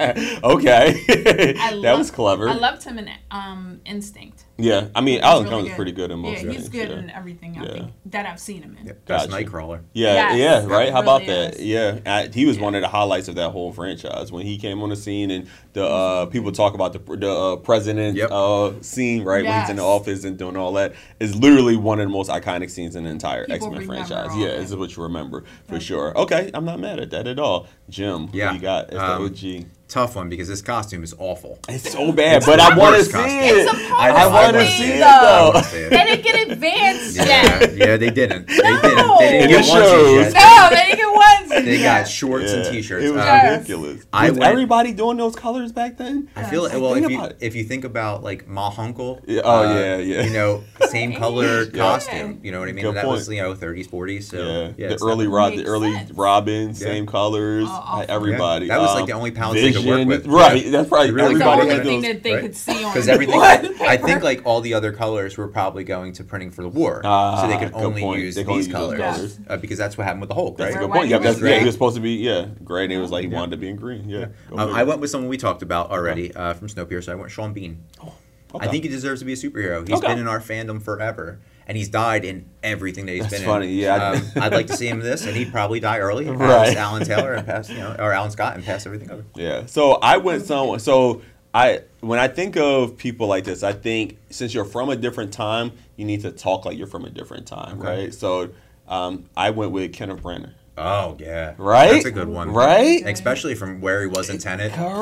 [SPEAKER 1] okay,
[SPEAKER 4] I
[SPEAKER 1] that
[SPEAKER 4] loved-
[SPEAKER 1] was clever.
[SPEAKER 4] I loved him in um, Instinct.
[SPEAKER 1] yeah, I mean,
[SPEAKER 4] He's
[SPEAKER 1] Alan
[SPEAKER 4] really
[SPEAKER 1] Cumming's
[SPEAKER 4] good.
[SPEAKER 1] pretty good in most
[SPEAKER 4] Yeah,
[SPEAKER 1] things.
[SPEAKER 4] he's good
[SPEAKER 1] yeah.
[SPEAKER 4] in everything I
[SPEAKER 1] Yeah.
[SPEAKER 4] think that I've seen him in.
[SPEAKER 5] Best
[SPEAKER 1] Gotcha.
[SPEAKER 5] Nightcrawler.
[SPEAKER 1] Yeah,
[SPEAKER 4] Yes,
[SPEAKER 1] yeah, right. How about
[SPEAKER 4] really
[SPEAKER 1] that?
[SPEAKER 4] is.
[SPEAKER 1] Yeah, I, he was one of the highlights of that whole franchise when he came on the scene and the uh, people talk about the the uh, president
[SPEAKER 5] Yep.
[SPEAKER 1] uh, scene, right? When he's in the
[SPEAKER 4] Yes.
[SPEAKER 1] office and doing all that is literally one of the most iconic scenes in the entire
[SPEAKER 4] People
[SPEAKER 1] X Men
[SPEAKER 4] remember
[SPEAKER 1] franchise.
[SPEAKER 4] all
[SPEAKER 1] Yeah,
[SPEAKER 4] that.
[SPEAKER 1] this is what you remember for sure. Okay, I'm not mad at that at all, Jim. Who
[SPEAKER 5] Yeah,
[SPEAKER 1] you got as
[SPEAKER 5] um,
[SPEAKER 1] the OG?
[SPEAKER 5] Tough one because this costume is awful.
[SPEAKER 1] It's so bad,
[SPEAKER 5] It's
[SPEAKER 1] but
[SPEAKER 5] the
[SPEAKER 1] I want to
[SPEAKER 5] worst
[SPEAKER 1] see
[SPEAKER 5] costume.
[SPEAKER 1] it.
[SPEAKER 4] It's a
[SPEAKER 1] I
[SPEAKER 4] I
[SPEAKER 1] want to
[SPEAKER 4] wanna
[SPEAKER 1] see it
[SPEAKER 4] though.
[SPEAKER 5] I
[SPEAKER 1] though.
[SPEAKER 5] wanna see
[SPEAKER 4] They
[SPEAKER 5] it.
[SPEAKER 4] didn't get advanced
[SPEAKER 5] Yeah,
[SPEAKER 4] yet.
[SPEAKER 5] yeah, they didn't. They
[SPEAKER 4] No.
[SPEAKER 5] didn't. They didn't
[SPEAKER 1] And
[SPEAKER 5] get
[SPEAKER 1] it
[SPEAKER 5] onesies
[SPEAKER 1] shows.
[SPEAKER 5] yet.
[SPEAKER 4] No, they didn't get ones.
[SPEAKER 5] They
[SPEAKER 4] yet.
[SPEAKER 5] got shorts and
[SPEAKER 1] Yeah,
[SPEAKER 5] t-shirts.
[SPEAKER 1] It was
[SPEAKER 5] Uh,
[SPEAKER 4] Yes.
[SPEAKER 1] ridiculous.
[SPEAKER 5] I
[SPEAKER 1] was
[SPEAKER 5] went-
[SPEAKER 1] everybody doing those colors back then?
[SPEAKER 5] I feel
[SPEAKER 1] Like,
[SPEAKER 5] well
[SPEAKER 1] think
[SPEAKER 5] if you
[SPEAKER 1] about it.
[SPEAKER 5] if you think about like Ma Hunkel.
[SPEAKER 1] Yeah, oh, yeah, yeah.
[SPEAKER 5] You know, same color
[SPEAKER 4] Yeah.
[SPEAKER 5] costume. You know what I mean?
[SPEAKER 1] Good
[SPEAKER 5] that was
[SPEAKER 1] point.
[SPEAKER 5] you know 30s, 40s. So
[SPEAKER 1] yeah,
[SPEAKER 5] yeah,
[SPEAKER 1] the
[SPEAKER 5] it's not-
[SPEAKER 1] early Rod, the
[SPEAKER 4] Makes
[SPEAKER 1] early
[SPEAKER 4] sense.
[SPEAKER 1] Robin,
[SPEAKER 5] Yeah.
[SPEAKER 1] same colors,
[SPEAKER 4] Oh, oh.
[SPEAKER 1] like everybody. uh,
[SPEAKER 5] Yeah, that was, like, the only palette they could work
[SPEAKER 1] Vision,
[SPEAKER 5] with.
[SPEAKER 1] Right,
[SPEAKER 5] Yeah.
[SPEAKER 1] that's probably
[SPEAKER 5] They really
[SPEAKER 4] It's the
[SPEAKER 1] everybody
[SPEAKER 4] only
[SPEAKER 5] Everybody had
[SPEAKER 1] had
[SPEAKER 4] thing
[SPEAKER 1] those.
[SPEAKER 4] that they
[SPEAKER 5] right?
[SPEAKER 4] could see on
[SPEAKER 5] because everything
[SPEAKER 4] one
[SPEAKER 5] I think
[SPEAKER 4] paper.
[SPEAKER 5] like all the other colors were probably going to printing for the war, so they
[SPEAKER 1] Ah,
[SPEAKER 5] could
[SPEAKER 1] good
[SPEAKER 5] only
[SPEAKER 1] point.
[SPEAKER 5] use
[SPEAKER 1] They could only
[SPEAKER 5] these
[SPEAKER 1] use those
[SPEAKER 5] colors
[SPEAKER 1] colors.
[SPEAKER 5] Uh, because that's what happened with the Hulk,
[SPEAKER 1] That's a
[SPEAKER 5] right?
[SPEAKER 1] good
[SPEAKER 4] Why
[SPEAKER 1] point.
[SPEAKER 4] he
[SPEAKER 1] Yeah,
[SPEAKER 4] was
[SPEAKER 1] that's, yeah,
[SPEAKER 4] red.
[SPEAKER 1] he was supposed to be yeah gray, and it was like he wanted to be in green. Yeah, Go
[SPEAKER 5] Um,
[SPEAKER 1] figure.
[SPEAKER 5] I went with someone we talked about already uh, from Snowpiercer. I went Sean Bean.
[SPEAKER 1] Okay.
[SPEAKER 5] I think he deserves to be a superhero. He's
[SPEAKER 1] Okay.
[SPEAKER 5] been in our fandom forever, and he's died in everything that he's
[SPEAKER 1] That's
[SPEAKER 5] been
[SPEAKER 1] funny,
[SPEAKER 5] in.
[SPEAKER 1] yeah.
[SPEAKER 5] um, I'd like to see him in this, and he'd probably die early. Right.
[SPEAKER 1] Right.
[SPEAKER 5] Pass Alan Taylor and pass, you know, or Alan Scott and pass everything over.
[SPEAKER 1] Yeah. So I went some. So I when I think of people like this, I think since you're from a different time, you need to talk like you're from a different time,
[SPEAKER 5] Okay.
[SPEAKER 1] right? So um, I went with Kenneth Branagh.
[SPEAKER 5] Oh yeah,
[SPEAKER 1] Right?
[SPEAKER 5] That's a good one,
[SPEAKER 1] Right?
[SPEAKER 5] Especially from where he was in Tenet.
[SPEAKER 1] Correct.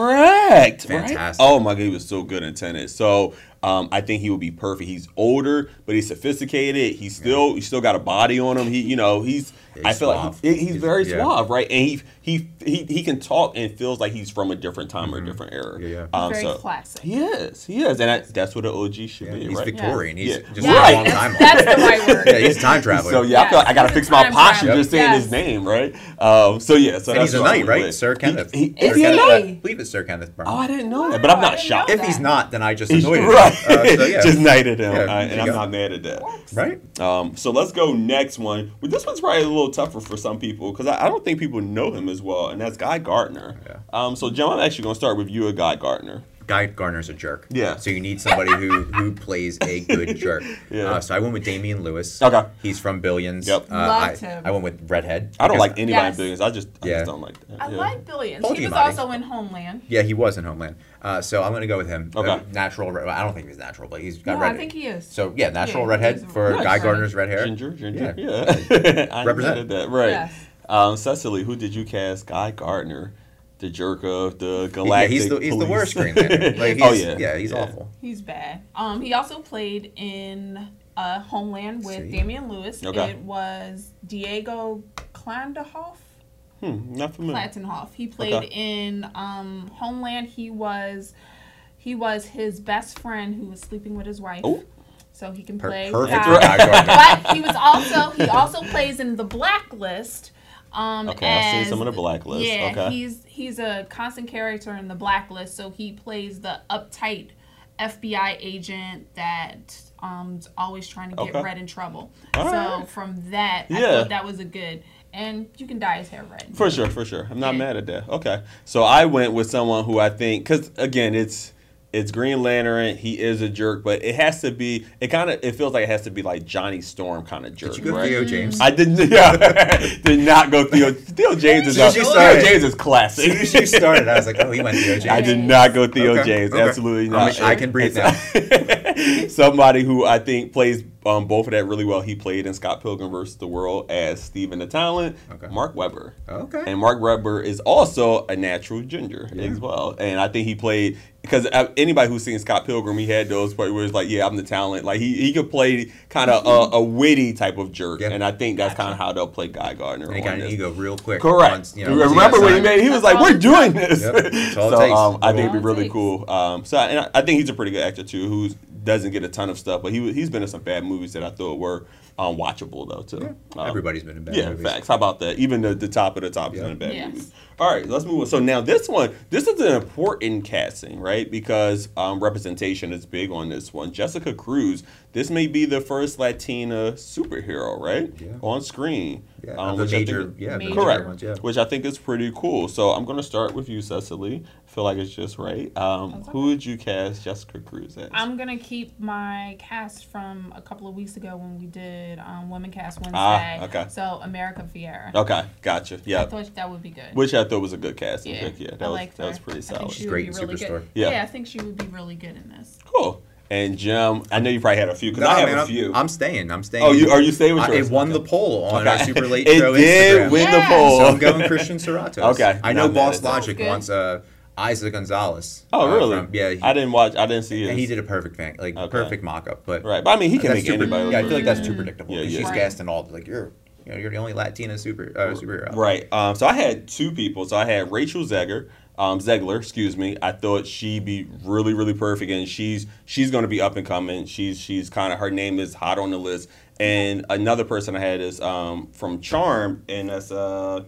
[SPEAKER 1] right?
[SPEAKER 5] Fantastic.
[SPEAKER 1] Oh my god, he was so good in tennis. So Um, I think he would be perfect. He's older, but he's sophisticated. He's still he's still got a body on him. He you know he's,
[SPEAKER 5] He's
[SPEAKER 1] I feel like
[SPEAKER 5] suave.
[SPEAKER 1] he- he's,
[SPEAKER 5] He's-
[SPEAKER 1] very
[SPEAKER 5] yeah.
[SPEAKER 1] suave, right? And he, he he he can talk and feels like he's from a different time or a different era.
[SPEAKER 5] Mm-hmm. Yeah, yeah.
[SPEAKER 1] Um,
[SPEAKER 4] Very
[SPEAKER 1] so-
[SPEAKER 4] classic.
[SPEAKER 1] He is. He is, and I, that's what an OG should
[SPEAKER 5] Yeah,
[SPEAKER 1] be,
[SPEAKER 5] he's
[SPEAKER 1] right?
[SPEAKER 5] Victorian. He's
[SPEAKER 1] Yeah.
[SPEAKER 5] just
[SPEAKER 1] Right.
[SPEAKER 5] a long time.
[SPEAKER 4] That's the right word.
[SPEAKER 5] yeah, he's a time traveler.
[SPEAKER 1] So yeah, I feel like I gotta fix my
[SPEAKER 4] Time
[SPEAKER 1] posture
[SPEAKER 4] travel.
[SPEAKER 1] just saying
[SPEAKER 4] Yes.
[SPEAKER 1] his name, right? Um, so yeah, so
[SPEAKER 5] and
[SPEAKER 1] that's
[SPEAKER 5] he's a
[SPEAKER 1] what I
[SPEAKER 5] knight,
[SPEAKER 1] went
[SPEAKER 5] right?
[SPEAKER 1] with.
[SPEAKER 5] Sir
[SPEAKER 1] He-
[SPEAKER 5] Kenneth.
[SPEAKER 1] he-
[SPEAKER 5] Sir
[SPEAKER 1] is he a
[SPEAKER 4] Really?
[SPEAKER 1] knight?
[SPEAKER 5] I believe it's Sir Kenneth Brown.
[SPEAKER 1] Oh, I didn't know that, but I'm
[SPEAKER 4] I
[SPEAKER 1] not
[SPEAKER 4] didn't
[SPEAKER 1] shocked.
[SPEAKER 4] know
[SPEAKER 5] if he's not, then I just annoyed him.
[SPEAKER 1] right,
[SPEAKER 5] Uh, so, yeah.
[SPEAKER 1] just knighted him,
[SPEAKER 5] Yeah,
[SPEAKER 1] I-
[SPEAKER 5] there
[SPEAKER 1] and
[SPEAKER 5] you
[SPEAKER 1] I'm
[SPEAKER 5] go.
[SPEAKER 1] not mad at that.
[SPEAKER 5] right?
[SPEAKER 1] Um, so let's go next one. Well, this one's probably a little tougher for some people because I, I don't think people know him as well, and that's Guy Gardner.
[SPEAKER 5] Yeah.
[SPEAKER 1] Um, so Jim, I'm actually gonna start with you, a Guy Gardner.
[SPEAKER 5] Guy Garner's a jerk.
[SPEAKER 1] Yeah.
[SPEAKER 5] So you need somebody who who plays a good jerk.
[SPEAKER 1] Yeah.
[SPEAKER 5] Uh, so I went with Damian Lewis.
[SPEAKER 1] Okay.
[SPEAKER 5] He's from Billions.
[SPEAKER 1] Yep.
[SPEAKER 5] Uh,
[SPEAKER 4] Loved
[SPEAKER 5] I,
[SPEAKER 4] him.
[SPEAKER 5] I went with Redhead.
[SPEAKER 1] I don't like
[SPEAKER 5] because-
[SPEAKER 1] anybody
[SPEAKER 4] Yes.
[SPEAKER 1] in billions. I just, I
[SPEAKER 5] Yeah.
[SPEAKER 1] just don't like that.
[SPEAKER 4] I
[SPEAKER 1] Yeah.
[SPEAKER 4] like Billions.
[SPEAKER 5] Told
[SPEAKER 4] He
[SPEAKER 5] you
[SPEAKER 4] was
[SPEAKER 5] about it.
[SPEAKER 4] also in Homeland.
[SPEAKER 5] Yeah, he was in Homeland. Uh, so I'm gonna go with him.
[SPEAKER 1] Okay.
[SPEAKER 5] Uh, natural. Red, I don't think he's natural, but he's got
[SPEAKER 4] No, I
[SPEAKER 5] red.
[SPEAKER 4] think he is.
[SPEAKER 5] So yeah, natural
[SPEAKER 4] Yeah,
[SPEAKER 5] redhead
[SPEAKER 4] he's a
[SPEAKER 5] for
[SPEAKER 4] nice.
[SPEAKER 5] Guy Gardner's red hair.
[SPEAKER 1] Ginger, ginger,
[SPEAKER 5] Yeah.
[SPEAKER 1] yeah. I ain't
[SPEAKER 5] Represent.
[SPEAKER 1] mad at that, right?
[SPEAKER 4] Yes.
[SPEAKER 1] Um, Cecily, who did you cast? Guy Gardner, the jerk of the
[SPEAKER 5] Yeah,
[SPEAKER 1] galactic.
[SPEAKER 5] he's the, he's the
[SPEAKER 1] police.
[SPEAKER 5] worst Green Lantern. Like, he's,
[SPEAKER 1] oh yeah,
[SPEAKER 5] yeah, he's awful.
[SPEAKER 4] He's bad. Um, he also played in uh, Homeland with
[SPEAKER 5] See?
[SPEAKER 4] Damian Lewis.
[SPEAKER 1] Okay.
[SPEAKER 4] It was Diego Klanderhoff,
[SPEAKER 1] Hmm, not familiar.
[SPEAKER 4] Platenhoff. He played
[SPEAKER 1] Okay.
[SPEAKER 4] in um, Homeland. He was he was his best friend who was sleeping with his wife.
[SPEAKER 1] Oh.
[SPEAKER 4] So he can
[SPEAKER 5] Per-
[SPEAKER 4] play.
[SPEAKER 5] perfect for
[SPEAKER 4] God.
[SPEAKER 5] Guy Gardner.
[SPEAKER 4] but he was also he also plays in the Blacklist. Um,
[SPEAKER 1] Okay, I've seen
[SPEAKER 4] as-
[SPEAKER 1] some of The Blacklist.
[SPEAKER 4] Yeah,
[SPEAKER 1] Okay.
[SPEAKER 4] he's he's a constant character in the Blacklist, so he plays the uptight FBI agent that um's always trying to get
[SPEAKER 1] Okay.
[SPEAKER 4] Red in trouble.
[SPEAKER 1] All
[SPEAKER 4] so
[SPEAKER 1] right.
[SPEAKER 4] from that, I
[SPEAKER 1] Yeah.
[SPEAKER 4] thought that was a good. And you can dye his hair red.
[SPEAKER 1] For sure, for sure. I'm not
[SPEAKER 4] Yeah.
[SPEAKER 1] mad at that. Okay, so I went with someone who I think, because again, it's it's Green Lantern. He is a jerk, but it has to be. It kind of it feels like it has to be like Johnny Storm kind of jerk,
[SPEAKER 5] Did you go
[SPEAKER 1] right?
[SPEAKER 5] Theo James?
[SPEAKER 1] I didn't. Yeah, did not go Theo. Theo James is
[SPEAKER 5] As
[SPEAKER 1] a,
[SPEAKER 5] soon as you started-
[SPEAKER 1] Theo James is
[SPEAKER 5] As soon
[SPEAKER 1] classic.
[SPEAKER 5] as you started, I was like, oh, he went Theo James.
[SPEAKER 1] I did not go Theo
[SPEAKER 5] Okay,
[SPEAKER 1] James.
[SPEAKER 5] okay.
[SPEAKER 1] Absolutely
[SPEAKER 5] I'm
[SPEAKER 1] not.
[SPEAKER 5] like, I can breathe now.
[SPEAKER 1] now. somebody who I think plays um, both of that really well. He played in Scott Pilgrim versus the World as Steven the Talent.
[SPEAKER 5] Okay.
[SPEAKER 1] Mark Webber.
[SPEAKER 5] Okay.
[SPEAKER 1] And Mark Webber is also a natural ginger as well, and I think he played because anybody who's seen Scott Pilgrim, he had those parts where it's like, yeah, I'm the talent. Like he, he could play kind of a, a witty type of jerk,
[SPEAKER 5] Yeah.
[SPEAKER 1] and I think that's kind of how they'll play Guy Gardner.
[SPEAKER 5] And he
[SPEAKER 1] on
[SPEAKER 5] got an
[SPEAKER 1] this.
[SPEAKER 5] ego real quick.
[SPEAKER 1] Correct.
[SPEAKER 5] once, you know, once he
[SPEAKER 1] Remember
[SPEAKER 5] got
[SPEAKER 1] when he
[SPEAKER 5] signed.
[SPEAKER 1] made? He was
[SPEAKER 4] That's
[SPEAKER 1] like,
[SPEAKER 4] all
[SPEAKER 1] "We're
[SPEAKER 4] it
[SPEAKER 1] doing this."
[SPEAKER 5] Yep, that's all it
[SPEAKER 1] so
[SPEAKER 5] takes.
[SPEAKER 1] um, I think it'd
[SPEAKER 4] That's
[SPEAKER 1] be
[SPEAKER 4] all it
[SPEAKER 1] really
[SPEAKER 4] takes.
[SPEAKER 1] cool. Um, so and I, I think he's a pretty good actor too, who doesn't get a ton of stuff, but he wa- he's been in some bad movies that I thought were unwatchable though too. Um,
[SPEAKER 5] Everybody's been in bad
[SPEAKER 1] yeah,
[SPEAKER 5] movies.
[SPEAKER 1] facts. How about that? Even the, the top of the top is
[SPEAKER 5] Yeah.
[SPEAKER 1] in a bad
[SPEAKER 4] Yes.
[SPEAKER 1] movie. All right, let's move on. So now this one, this is an important casting, right? Because um, representation is big on this one. Jessica Cruz. This may be the first Latina superhero, right?
[SPEAKER 5] Yeah.
[SPEAKER 1] On screen.
[SPEAKER 5] Yeah,
[SPEAKER 1] Um,
[SPEAKER 5] of the
[SPEAKER 1] which I think-
[SPEAKER 5] major, yeah, the
[SPEAKER 4] Major.
[SPEAKER 5] major
[SPEAKER 1] Correct.
[SPEAKER 5] ones, yeah.
[SPEAKER 1] Which I think is pretty cool. So I'm gonna start with you, Cecily. I feel like it's just right. Um,
[SPEAKER 4] That's
[SPEAKER 1] who would you cast Jessica Cruz as?
[SPEAKER 4] I'm gonna keep my cast from a couple of weeks ago when we did um, Women Cast Wednesday.
[SPEAKER 1] Ah, okay.
[SPEAKER 4] So America Fiera.
[SPEAKER 1] okay, gotcha.
[SPEAKER 4] I
[SPEAKER 1] Yeah,
[SPEAKER 4] thought that would be good.
[SPEAKER 1] which I thought was a good casting
[SPEAKER 4] yeah,
[SPEAKER 1] pick. Yeah, that
[SPEAKER 4] I
[SPEAKER 1] was
[SPEAKER 4] liked
[SPEAKER 1] that
[SPEAKER 4] her.
[SPEAKER 1] was pretty
[SPEAKER 4] I
[SPEAKER 1] solid.
[SPEAKER 4] think she would
[SPEAKER 5] Great
[SPEAKER 4] be
[SPEAKER 5] in
[SPEAKER 4] really
[SPEAKER 5] Superstore.
[SPEAKER 4] good.
[SPEAKER 1] Yeah.
[SPEAKER 4] Yeah. I think she would be really good in this.
[SPEAKER 1] Cool. And Jim, I know you probably had a few because
[SPEAKER 5] Nah,
[SPEAKER 1] I have
[SPEAKER 5] man,
[SPEAKER 1] a
[SPEAKER 5] I'm-
[SPEAKER 1] few.
[SPEAKER 5] I'm, staying. I'm staying.
[SPEAKER 1] Oh, you- are you staying with
[SPEAKER 5] I,
[SPEAKER 1] yours?
[SPEAKER 5] It won
[SPEAKER 1] Okay.
[SPEAKER 5] the poll on our
[SPEAKER 1] Okay.
[SPEAKER 5] super late
[SPEAKER 1] it
[SPEAKER 5] show
[SPEAKER 1] did
[SPEAKER 5] Instagram.
[SPEAKER 1] win
[SPEAKER 4] Yeah.
[SPEAKER 1] the poll.
[SPEAKER 5] So I'm going Christian Serratos.
[SPEAKER 1] Okay,
[SPEAKER 5] I know
[SPEAKER 1] not bad
[SPEAKER 5] Boss
[SPEAKER 1] at all.
[SPEAKER 5] Logic
[SPEAKER 4] Good.
[SPEAKER 5] wants uh, Isaac Gonzalez.
[SPEAKER 1] oh,
[SPEAKER 5] uh,
[SPEAKER 1] really?
[SPEAKER 5] from- yeah. He,
[SPEAKER 1] I didn't watch. I didn't see it.
[SPEAKER 5] and he did a perfect thing, like
[SPEAKER 1] Okay.
[SPEAKER 5] perfect mock-up. But
[SPEAKER 1] Right, but I mean, he can make
[SPEAKER 5] that's too pre-
[SPEAKER 1] anybody. look
[SPEAKER 5] Yeah, I feel
[SPEAKER 1] good.
[SPEAKER 5] like that's too predictable.
[SPEAKER 1] Yeah,
[SPEAKER 5] 'cause
[SPEAKER 1] yeah.
[SPEAKER 5] She's
[SPEAKER 4] Right.
[SPEAKER 5] cast in all. Like you're, you know, you're the only Latina super uh, superhero.
[SPEAKER 1] Right. Um, so I had two people. So I had Rachel Zegger, um, Zegler, excuse me. I thought she'd be really, really perfect, and she's she's going to be up and coming. She's she's kind of her name is hot on the list. And another person I had is um, from Charm, and that's uh,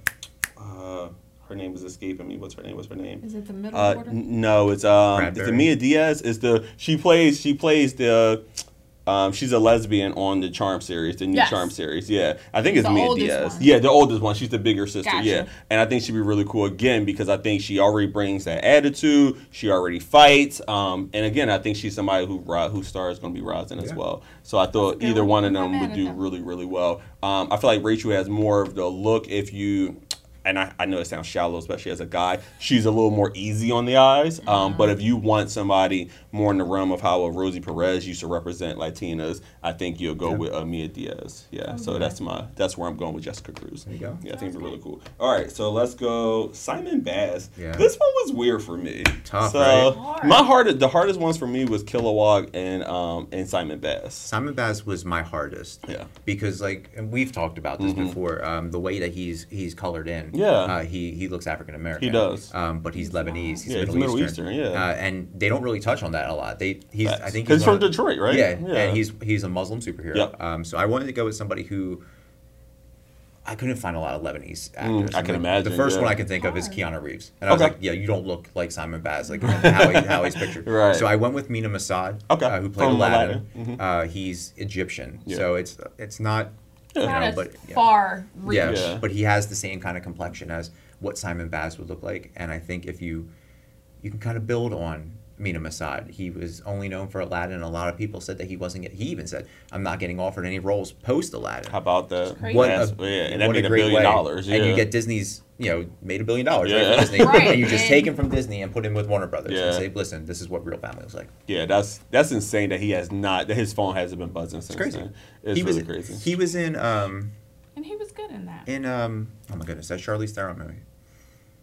[SPEAKER 1] uh, her name is escaping me. What's her name? What's her name?
[SPEAKER 4] Is it the middle
[SPEAKER 1] Uh,
[SPEAKER 4] order?
[SPEAKER 1] n- no, it's um, it's
[SPEAKER 5] Bradbury.
[SPEAKER 1] the Mia Diaz. It's the she plays she plays the. Um, she's a lesbian on the Charm series, the new
[SPEAKER 4] Yes.
[SPEAKER 1] Charm series. Yeah, I think it's
[SPEAKER 4] The
[SPEAKER 1] Mia
[SPEAKER 4] oldest
[SPEAKER 1] Diaz.
[SPEAKER 4] one.
[SPEAKER 1] Yeah, the oldest one. She's the bigger sister.
[SPEAKER 4] Gotcha.
[SPEAKER 1] Yeah, and I think she'd be really cool again because I think she already brings that attitude. She already fights. Um, and again, I think she's somebody who ri- who star is going to be rising as
[SPEAKER 5] Yeah.
[SPEAKER 1] well. So I thought
[SPEAKER 4] good
[SPEAKER 1] either one
[SPEAKER 4] one.
[SPEAKER 1] of
[SPEAKER 4] I'm
[SPEAKER 1] them
[SPEAKER 4] not
[SPEAKER 1] would
[SPEAKER 4] mad at
[SPEAKER 1] do
[SPEAKER 4] that.
[SPEAKER 1] really really well. Um, I feel like Rachel has more of the look if you. and I, I know it sounds shallow, especially as a guy. She's a little more easy on the eyes.
[SPEAKER 5] Mm-hmm.
[SPEAKER 1] Um, but if you want somebody more in the realm of how a Rosie Perez used to represent Latinas, I think you'll go with Amia Diaz. Yeah. So that's my that's where I'm going with Jessica Cruz. There
[SPEAKER 5] you go.
[SPEAKER 1] Yeah, I think it'd be really cool. All right, so let's go Simon Bass.
[SPEAKER 5] Yeah.
[SPEAKER 1] This one was weird for me.
[SPEAKER 5] Tough,
[SPEAKER 1] so
[SPEAKER 5] right?
[SPEAKER 4] Hard.
[SPEAKER 1] my hard the hardest ones for me was Kilowog and um and Simon Bass.
[SPEAKER 5] Simon Baz was my hardest.
[SPEAKER 1] Yeah. Mm-hmm.
[SPEAKER 5] Because like, and we've talked about this before. Um, the way that he's he's colored in.
[SPEAKER 1] Yeah.
[SPEAKER 5] Uh, he he looks African American.
[SPEAKER 1] He does.
[SPEAKER 5] Um, but he's Lebanese. He's
[SPEAKER 1] Yeah, he's
[SPEAKER 5] Middle
[SPEAKER 1] Middle
[SPEAKER 5] Eastern.
[SPEAKER 1] Eastern, yeah.
[SPEAKER 5] Uh, and they don't really touch on that a lot. They he's I
[SPEAKER 1] Facts.
[SPEAKER 5] think
[SPEAKER 1] 'Cause he's
[SPEAKER 5] one
[SPEAKER 1] from
[SPEAKER 5] of-
[SPEAKER 1] Detroit, right?
[SPEAKER 5] Yeah.
[SPEAKER 1] Yeah.
[SPEAKER 5] And he's he's a Muslim superhero.
[SPEAKER 1] Yep.
[SPEAKER 5] Um, so I wanted to go with somebody who. I couldn't find a lot of Lebanese actors.
[SPEAKER 1] Mm, I can
[SPEAKER 5] Like,
[SPEAKER 1] imagine,
[SPEAKER 5] The first
[SPEAKER 1] yeah.
[SPEAKER 5] one I can think of is Keanu Reeves, and I was
[SPEAKER 1] Okay.
[SPEAKER 5] like, "Yeah, you don't look like Simon Baz, like how, he, how he's pictured."
[SPEAKER 1] Right.
[SPEAKER 5] So I went with Mina Masad,
[SPEAKER 1] Okay.
[SPEAKER 5] uh, who played
[SPEAKER 1] From
[SPEAKER 5] Aladdin.
[SPEAKER 1] Aladdin. Mhm.
[SPEAKER 5] Uh, he's Egyptian,
[SPEAKER 1] Yeah.
[SPEAKER 5] so it's it's not you
[SPEAKER 4] Not
[SPEAKER 5] know,
[SPEAKER 4] as
[SPEAKER 5] but yeah.
[SPEAKER 4] far reach.
[SPEAKER 5] Yeah,
[SPEAKER 1] Yeah.
[SPEAKER 5] but he has the same kind of complexion as what Simon Baz would look like, and I think if you you can kind of build on Mina Masad, he was only known for Aladdin. and A lot of people said that he wasn't. Get, he even said, "I'm not getting offered any roles post Aladdin."
[SPEAKER 1] How about that?
[SPEAKER 4] crazy.
[SPEAKER 5] What
[SPEAKER 1] Yes,
[SPEAKER 5] a,
[SPEAKER 1] yeah, and that
[SPEAKER 5] what
[SPEAKER 1] made a
[SPEAKER 5] great
[SPEAKER 1] billion
[SPEAKER 5] way.
[SPEAKER 1] dollars. Yeah.
[SPEAKER 5] And you get Disney's, you know, made a billion dollars right,
[SPEAKER 1] Yeah.
[SPEAKER 5] from Disney.
[SPEAKER 4] Right,
[SPEAKER 5] And you just
[SPEAKER 4] and-
[SPEAKER 5] take him from Disney and put him with Warner Brothers
[SPEAKER 1] Yeah.
[SPEAKER 5] and say, listen, this is what real family was like.
[SPEAKER 1] yeah, that's that's insane that he has not that his phone hasn't been buzzing since
[SPEAKER 5] It's crazy.
[SPEAKER 1] then. It's
[SPEAKER 5] he
[SPEAKER 1] really
[SPEAKER 5] was,
[SPEAKER 1] crazy.
[SPEAKER 5] He was in um
[SPEAKER 4] And he was good in that.
[SPEAKER 5] in um oh my goodness, that Charlize Theron movie.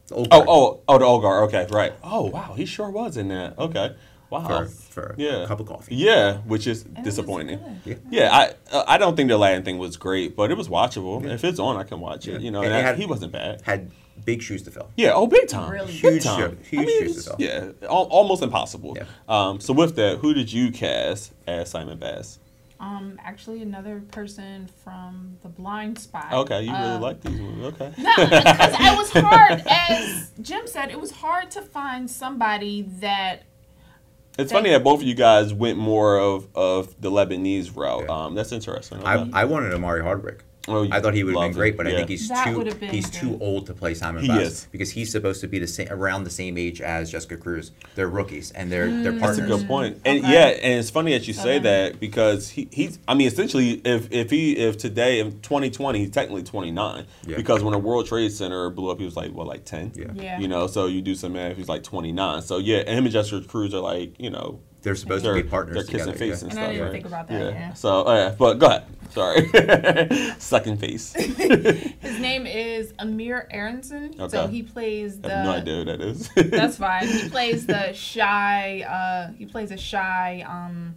[SPEAKER 5] The old
[SPEAKER 1] oh,
[SPEAKER 5] Guard
[SPEAKER 1] oh, oh, the Olgar. Okay, right. Oh, wow, he sure was in that. Okay, wow.
[SPEAKER 5] for, for
[SPEAKER 1] yeah,
[SPEAKER 5] a cup of coffee.
[SPEAKER 1] Yeah, which is
[SPEAKER 4] And it was
[SPEAKER 1] disappointing.
[SPEAKER 4] good.
[SPEAKER 5] Yeah.
[SPEAKER 1] Yeah, I uh, I don't think the Aladdin thing was great, but it was watchable. If it's on, I can watch it.
[SPEAKER 5] Yeah.
[SPEAKER 1] You know,
[SPEAKER 5] And
[SPEAKER 1] and
[SPEAKER 5] it
[SPEAKER 1] I-
[SPEAKER 5] had-
[SPEAKER 1] he wasn't bad.
[SPEAKER 5] Had big shoes to fill.
[SPEAKER 1] Yeah, oh, big time,
[SPEAKER 4] Really
[SPEAKER 1] big
[SPEAKER 5] Huge
[SPEAKER 1] time.
[SPEAKER 5] show- huge shoes
[SPEAKER 1] it's-
[SPEAKER 5] to sell.
[SPEAKER 1] Yeah, al- almost impossible.
[SPEAKER 5] Yeah.
[SPEAKER 1] Um, so with that, who did you cast as Simon Bass?
[SPEAKER 4] Um, actually, another person from The Blind Spot.
[SPEAKER 1] Okay, you really
[SPEAKER 4] Uh,
[SPEAKER 1] like these ones. Okay,
[SPEAKER 4] No, because it was hard. As Jim said, it was hard to find somebody that
[SPEAKER 1] it's
[SPEAKER 4] thank-
[SPEAKER 1] funny that both of you guys went more of of the Lebanese route.
[SPEAKER 5] Yeah.
[SPEAKER 1] Um, that's interesting.
[SPEAKER 5] I,
[SPEAKER 1] Okay.
[SPEAKER 5] I wanted Amari Hardwick.
[SPEAKER 1] Oh, you
[SPEAKER 5] I thought he would have been
[SPEAKER 1] loved
[SPEAKER 5] great,
[SPEAKER 1] him.
[SPEAKER 5] but
[SPEAKER 1] Yeah.
[SPEAKER 5] I think he's
[SPEAKER 4] That
[SPEAKER 5] too
[SPEAKER 4] would've been
[SPEAKER 5] he's too
[SPEAKER 4] good.
[SPEAKER 5] old to play Simon
[SPEAKER 1] He
[SPEAKER 5] Bass
[SPEAKER 1] is.
[SPEAKER 5] because he's supposed to be the same around the same age as Jessica Cruz. They're rookies and they're
[SPEAKER 4] Hmm.
[SPEAKER 5] they're
[SPEAKER 1] That's
[SPEAKER 5] partners.
[SPEAKER 1] a good point. And
[SPEAKER 4] Okay.
[SPEAKER 1] yeah, and it's funny that you say
[SPEAKER 4] Okay.
[SPEAKER 1] that because he, he's I mean essentially if if he if today in 2020 he's technically 29
[SPEAKER 5] Yeah.
[SPEAKER 1] because when the World Trade Center blew up he was like what like 10.
[SPEAKER 5] Yeah.
[SPEAKER 4] Yeah.
[SPEAKER 1] You know, so you do some math he's like 29. So yeah, and him and Jessica Cruz are like, you know,
[SPEAKER 5] They're supposed
[SPEAKER 1] they're,
[SPEAKER 5] to be partners
[SPEAKER 1] they're kissing
[SPEAKER 5] together.
[SPEAKER 1] face
[SPEAKER 5] yeah.
[SPEAKER 1] and
[SPEAKER 4] And I
[SPEAKER 1] stuff.
[SPEAKER 4] didn't
[SPEAKER 1] right?
[SPEAKER 4] think about that, yeah.
[SPEAKER 1] So, uh, but go ahead. Sorry. Sucking face. I
[SPEAKER 4] his name is Amir Aronson. So
[SPEAKER 1] Okay.
[SPEAKER 4] he plays the.
[SPEAKER 1] have no idea what that is.
[SPEAKER 4] That's fine. He plays the shy. Uh, he plays a shy um,